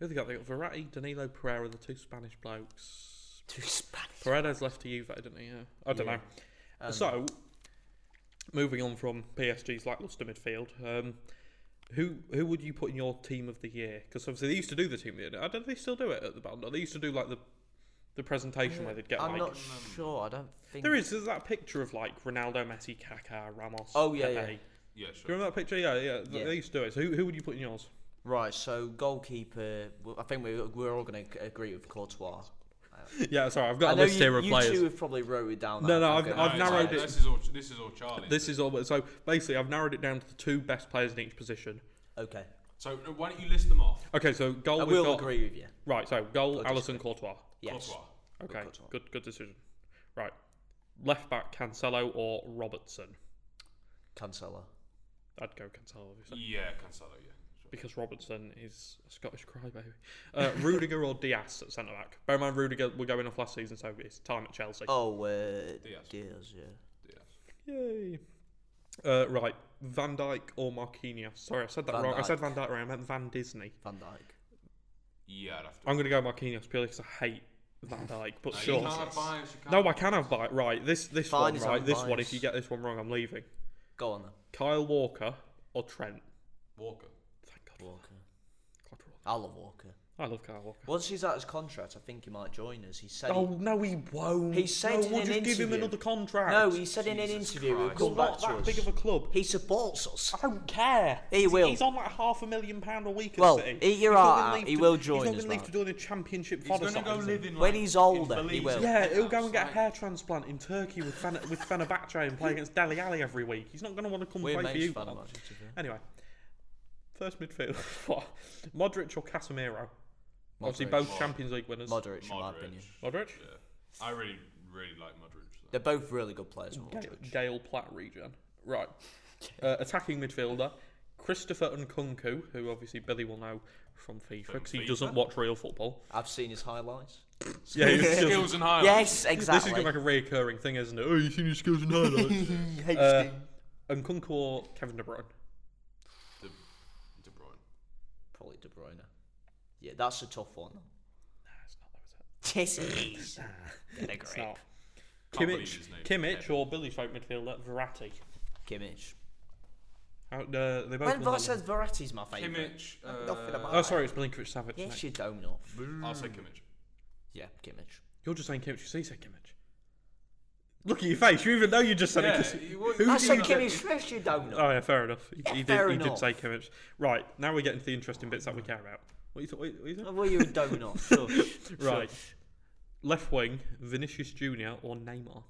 Who they got? They got Verratti, Danilo Pereira, the two Spanish blokes. two Spanish. Pereira's left to Juve, didn't he? Yeah. I don't Yeah. know. Um, so, moving on from PSG's lackluster midfield, um, who who would you put in your team of the year? Because obviously they used to do the team of the year. I don't know if they still do it at the band. They used to do like the the presentation where they'd get I'm like. not sure. I don't think There is there's that picture of like Ronaldo, Messi, Kaká, Ramos. Oh, yeah, Pepe. yeah. Yeah, Do you sure. remember that picture? Yeah, yeah. th- Yeah. They used to do it. So who, who would you put in yours? Right, so goalkeeper. well, I think we we're all going to agree with Courtois. yeah, sorry, I've I got a know list you, here of you players. two have probably wrote it down. No, I'm no, I've- gonna- No, I've it's narrowed like- it- Uh, This is all. This is all Charlie. This is all. So basically, I've narrowed it down to the two best players in each position. Okay, So uh, why don't you list them off? Okay, so goal. I Oh, we've will got- agree with you. Right, so goal. I'll Allison Courtois. Yes. Courtois. Okay, Courtois. good, good decision. Right, left back Cancelo or Robertson. Cancelo. I'd go Cancelo obviously Yeah, Cancelo. Yeah. Sure. because Robertson is a Scottish crybaby. Uh, Rudiger or Diaz at centre back. Bear in mind Rudiger were going off last season, so it's time at Chelsea. Oh, uh, Diaz. Diaz, yeah. Yeah. Yay. Uh, right, Van Dyke or Marquinhos. Sorry, I said that Van wrong. I said Dijk. Van Dyke right. I meant Van Disney. Van Dyke. Yeah, I'd have to. I'm going to go Marquinhos purely because I hate Van Dyke. But No, you sure. can't have bias, you can't No, have I can have bite. Right, this this Fine, one, it's right, this one. unbiased. If you get this one wrong, I'm leaving. Go on then. Kyle Walker or Trent? Walker. Thank God. Walker. God for Walker. I love Walker. I love Kyle Walker. Once he's out his contract, I think he might join us. He said. he- Oh no, he won't. He no, said in we'll an just give him interview- another contract. no, he said in an Jesus interview he'll Christ. You're come back not to that us. big of a club. He supports us. I don't care. He He's- will. He's on like half a million pound a week. At Well, City. he- you're He's not right, gonna leave he to- will join He's not us, gonna leave man. to join a championship. He's fodder gonna go something. live in. Like, When he's in older, he Belize will. and Yeah, he'll go Penthouse, and get a like- hair transplant in Turkey with Fan- with Fenerbahce and play against Deli Ali every week. He's not going to want to come We're play for mates you. fan of man. Manchester. Anyway, first midfield, what? Modric or Casemiro? Obviously, Modric. both Mod- Champions League winners. Modric, in my Modric. opinion. Modric, Yeah. I really, really like Modric. though. They're both really good players. Modric. Ga- Gale Platt region. Right, uh, attacking midfielder Christopher Nkunku, who obviously Billy will know from FIFA because he FIFA? doesn't watch real football. I've seen his highlights. Yeah, he doesn't- Skills and highlights. Yes, This is exactly. like a recurring thing, isn't it? Oh, you seen your skills and highlights. Hates uh, him. Nkunku or Kevin De Bruyne? De, De Bruyne. Probably De Bruyne. Yeah, that's a tough one. That's not that was it. Yes, it is. Get a It's grip. not. Can't believe Kimmich, his name. Kimmich or Billy's favourite midfielder, Verratti. Kimmich. How, uh, they both When won I that said Verratti's my favourite. Kimmich. Nothing Uh, about- one. Oh, sorry, it's Milinkovic Savic. Yes, mate. you don't know. I'll say Kimmich. Yeah, Kimmich. You're just saying Kimmich. You say you said Kimmich. Look at your face. You even know you just said Yeah, it. 'cause- you- what- who I do said you- Kimmich first, you don't know. Oh yeah, fair enough. He, he did. fair He did enough. say Kimmich. Right. Now we're getting to the interesting bits that we care about. What you thought? What you thought? Oh, well, you're a donut. Shush. Right. Shush. Left wing, Vinicius Junior or Neymar?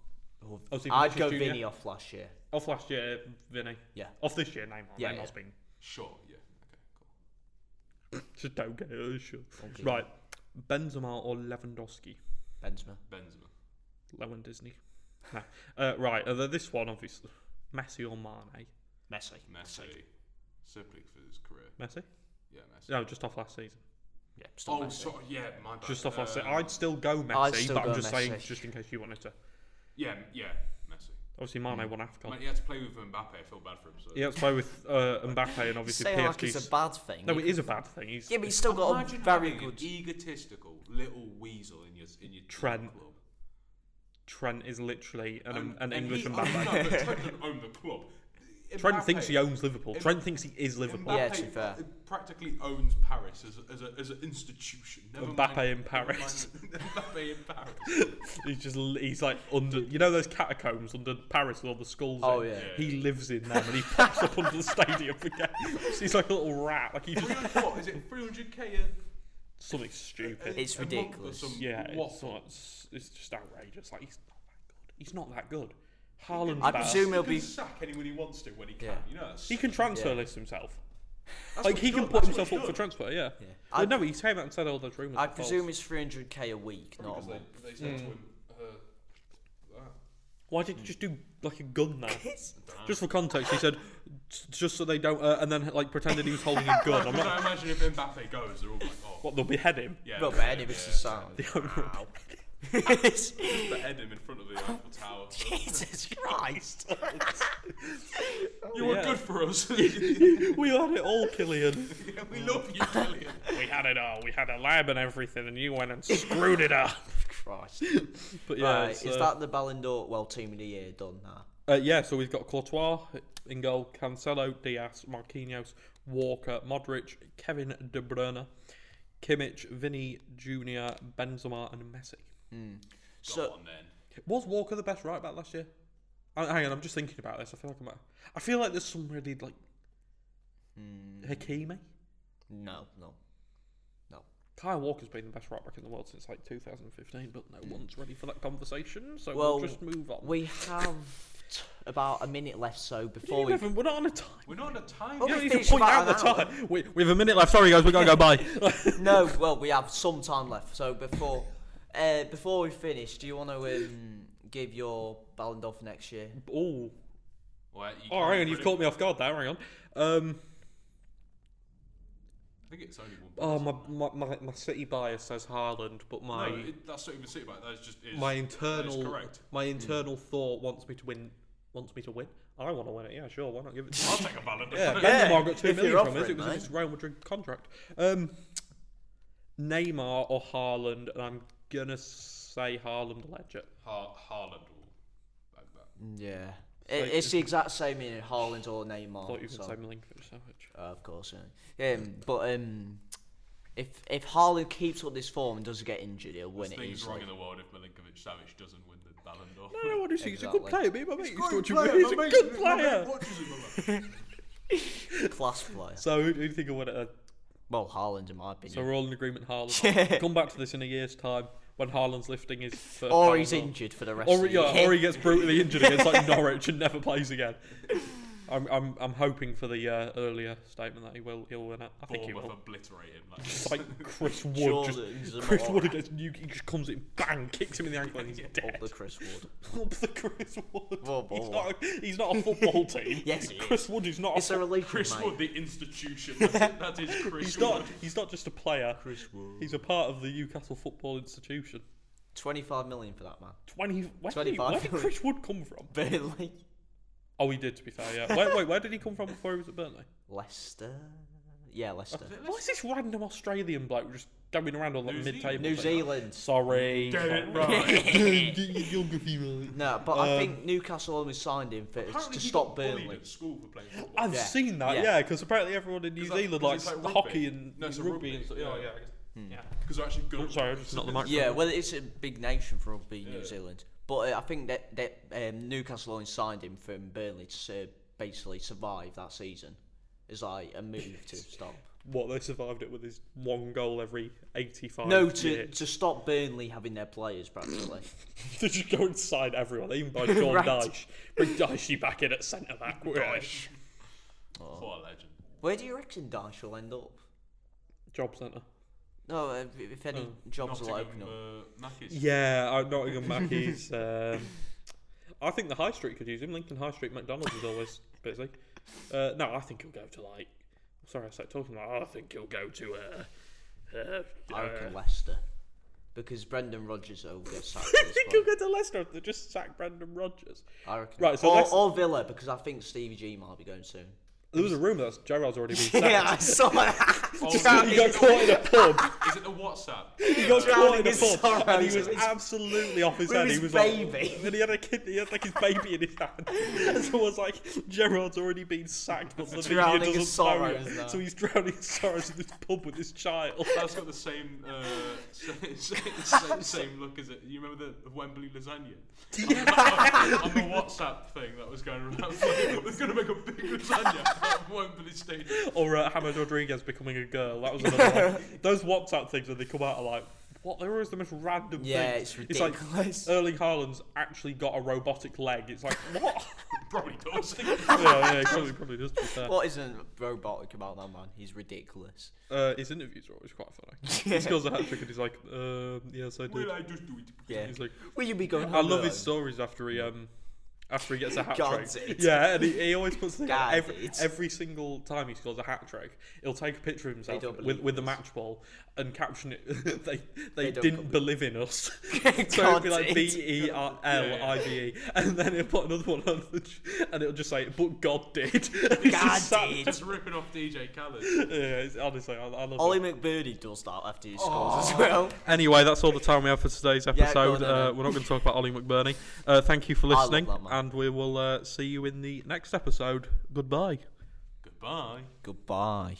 Oh, Obviously, I'd Vinicius go Junior. Vinny off last year. Off last year, Vinny. Yeah. Off this year, Neymar. Yeah, Neymar's yeah. been Sure. Yeah. Okay. Cool. just don't get it. oh, Sure. Okay. Right. Benzema or Lewandowski? Benzema. Benzema. Lewin Disney. No. Uh, right, uh, this one, obviously. Messi or Mane? Messi. Messi. Simply for his career. Messi? Yeah, Messi. No, just off last season. Yeah, still Oh, Messi. sorry. Yeah, my bad. Just off last season. Um, I'd still go Messi, Uh, I'd still but I'm go just saying, Messi. just in case you wanted to. Yeah, yeah, Messi. Obviously, Mm. Mane won AFCON. Man, he had to play with Mbappe. I feel bad for him. So. Yeah, let's play with uh, Mbappe and obviously Say like it's PSG's. a bad thing. no, it is a bad thing. He's Yeah, but he's still got a Imagine very having an good. egotistical little weasel in your in your Trent. club. Trent is literally Um, an, an And English he- Mbappe. Oh, no, but Trent doesn't own the club. Trent Mbappe- thinks he owns Liverpool. Im- Trent thinks he is Liverpool. Mbappe Yeah, to be fair. practically owns Paris as, a- as, a, as an institution. Never Mbappe mind, in never Paris. mind- Mbappe in Paris. He's just he's like under you know those catacombs under Paris with all the skulls. Oh, in? yeah. Yeah. He lives in them and he pops up under the stadium again. So he's like a little rat. Like he just 300, what is it? 300k a Something stupid. It's A month or ridiculous. some yeah, waffle. it's, not, it's, it's just outrageous. Like he's not that good. He's not that good. Haaland's I better. presume he'll he be- can sack anyone he wants to when he can. Yeah. You know, that's, he can transfer Yeah. list himself. that's like what he he's can done, put that's what himself he's up for done. transfer. Yeah. Yeah. I I- know he came out and said all those rumors. I presume it's 300k a week, not a Because month. they, they Mm. said to him, uh, that. Why did you just do like a gun now? It's- Just for context, he said, "J- just so they don't, uh, and then like pretended he was holding a gun. I'm Because not. I imagine if Mbappe goes, they're all like, oh, What they'll behead him. yeah. Well, yeah, but anyway, it's yeah, the sound. Wow. It's- Behead him in front of the Eiffel Tower. Jesus Christ. you were Yeah. good for us. we had it all, Killian. Yeah, we love you, Killian. we had it all. We had a lab and everything, and you went and screwed it up. Christ. But yeah, Right, it's, is uh, that the Ballon d'Or well team of the year done now? uh, yeah. So we've got Courtois in goal, Cancelo, Diaz, Marquinhos, Walker, Modric, Kevin De Bruyne, Kimmich, Vinny Junior, Benzema, and Messi. Go So on then. Was Walker the best right back last year? Uh, Hang on, I'm just thinking about this. I feel like I'm. at- I feel like there's some really like Hmm. Hakimi. no, no, no. Kyle Walker's been the best right back in the world since like 2015, but no one's ready for that conversation, so Hmm. Well, we'll just move on. We have t- about a minute left, so Do you before we even- we're not on a time. We're not on a time. Oh, yet. You don't we need to finished point out about the an hour. time. We, we have a minute left. Sorry, guys, we gotta go. Bye. no, well, we have some time left. So before uh, before we finish, do you want to um, give your Ballon d'Or for next year? oh, Well, you can't oh, hang on, get you've rid of- caught me off guard there. Hang on. Um, I think it's only one. oh, person. my, my, my, my city bias says Haaland, but my No, it, that's not even city back. That's just is. my that is internal correct. Hmm. my internal thought wants me to win. Wants me to win. I want to win it. Yeah, sure. Why not give it? to I'll take a Ballon d'Or. Yeah, Yeah, Benzema got two if million you're from us. It offering, was mate. his Real Madrid contract. Um, Neymar or Haaland, and I'm gonna say Haaland legit. Ha- Haaland will bag that. Mm, Yeah, it, it's the exact same in Haaland or Neymar. I thought you could so- say Milinkovic Savic. Uh, of course, yeah. Um, but um, if if Haaland keeps up this form and doesn't get injured, he'll win There's it things wrong easily. in the world if Milinkovic Savic doesn't win the Ballon d'Or. No, no, honestly, he's a good Exactly. player. Me and my mate used to watch him. Player, He's a my mate- good my mate player. watches him, my man. Class player. So, who do you think will win it? Then? Well, Haaland, in my So opinion. we're all in agreement. Haaland. Come back to this in a year's time when Haaland's lifting his. first or Ballon he's d'Or. injured for the rest Or, of the yeah, year. or he gets brutally injured against like Norwich and never plays again. I'm, I'm, I'm hoping for the uh, earlier statement that he will he'll win it. I think he Oh, Bournemouth will. obliterate him. It's Like, like Chris Wood. Jordan just, Chris Wood Zamora. against Nuke. He just comes in, bang, kicks him in the ankle, and he's dead. Up the Chris Wood. Up the Chris Wood. Well, he's, well, not a, he's not a football team. Yes, he Chris Wood is not. It's a a fo- religion, Chris mate. Wood, the institution. That's, it, that is Chris he's Wood. not. He's not just a player. Chris Wood. He's a part of the Newcastle football institution. 25 million for that man. Twenty. Where, did, he- 25. where did Chris Wood come from? Burnley. Oh, he did. To be fair, yeah. Wait, wait. Where did he come from before he was at Burnley? Leicester. Yeah, Leicester. Why is this random Australian bloke just going around all that New mid-table? Zealand. New thing? Zealand. Sorry. Get sorry. it right. Get your geography right. No, but I think Newcastle only signed him for, Apparently to he stop got bullied Burnley. At school for playing football. I've Yeah. seen that, Yeah. yeah, because apparently everyone in New 'Cause that- Zealand 'cause likes it's like rugby. hockey and No, it's a rugby, rugby. and stuff. Yeah, Yeah, yeah, yeah. I guess. Hmm. Yeah, because they're actually Oh, good. I'm sorry, it's not the microphone. Yeah, well, it's a big nation for rugby, Yeah. New Zealand. But uh, I think that, that um, Newcastle only signed him from Burnley to uh, basically survive that season. It's like a move to stop. What they survived it with is one goal every eighty-five. No, to, years. to stop Burnley having their players, practically. they just go inside everyone. They even by Sean Right. Dyche, bring Dyche back in at centre back. Dyche. Oh. What a legend. Where do you reckon Dyche will end up? Job centre. No, uh, if- if any Oh, jobs will Nottingham, open up. uh, Mackies. Yeah, I'm Nottingham Mackie's. Um, I think the High Street could use him. Lincoln High Street McDonald's is always busy. Uh, no, I think he'll go to like. Sorry, I started talking about. I think he'll go to. Uh, uh, I uh, reckon Leicester. Because Brendan Rodgers will get sacked. I at this think he'll point. go to Leicester if they just sack Brendan Rodgers. I reckon. Right, so or, Leicester- or Villa, because I think Stevie G might be going soon. There was a rumour that Gerald's already been sacked. yeah, I saw that. Oh, he got caught in a pub. Is it the WhatsApp? He got caught in a his pub, and he sorrows was with his- absolutely off his with head. his he was baby. Like, and he had a kid. He had like his baby in his hand. And someone's like, Gerald's already been sacked, but the media Drowning his doesn't know sorrows yet. now. So he's drowning his sorrows in this pub with his child. That's got the same, uh, same, same, same look as it. You remember the Wembley lasagna on the WhatsApp thing that was going around? We're going to make a big lasagna at Wembley Stadium. Or uh, Hamid Rodriguez becoming a a girl. That was another one. Those WhatsApp things when they come out are like, what? They're always the most random Yeah, things. it's like uh, ridiculous. Erling Haaland's actually got a robotic leg. It's like, what? Probably does. yeah, yeah, he probably, probably does, to be fair. What isn't robotic about that man? He's ridiculous. Uh, his interviews are always quite funny. he scores a hat trick and he's like, um, yes, I did. Will I just do it? Yeah. He's like, Will you be going? I home love his alone? stories after he um after he gets a hat Guards trick. it. Yeah, and he, he always puts the thing on Guards every, it. every single time he scores a hat trick. He'll take a picture of himself don't with, believe with the us. match ball and caption it. they they, They don't didn't believe in us. so it'll Guards be like it. B E R L I V E, and then he'll put another one on, the, tr- and it'll just say, "But God did." And he's God just sat- did. Just ripping off DJ Khaled. Yeah, it's, honestly, I, I love Ollie it. McBurney does that after he scores as well. Anyway, that's all the time we have for today's go episode. on then, uh, Em. we're not going to talk about Ollie McBurney. Uh, thank you for love listening, that man. and we will uh, see you in the next episode. Goodbye. Goodbye. Goodbye.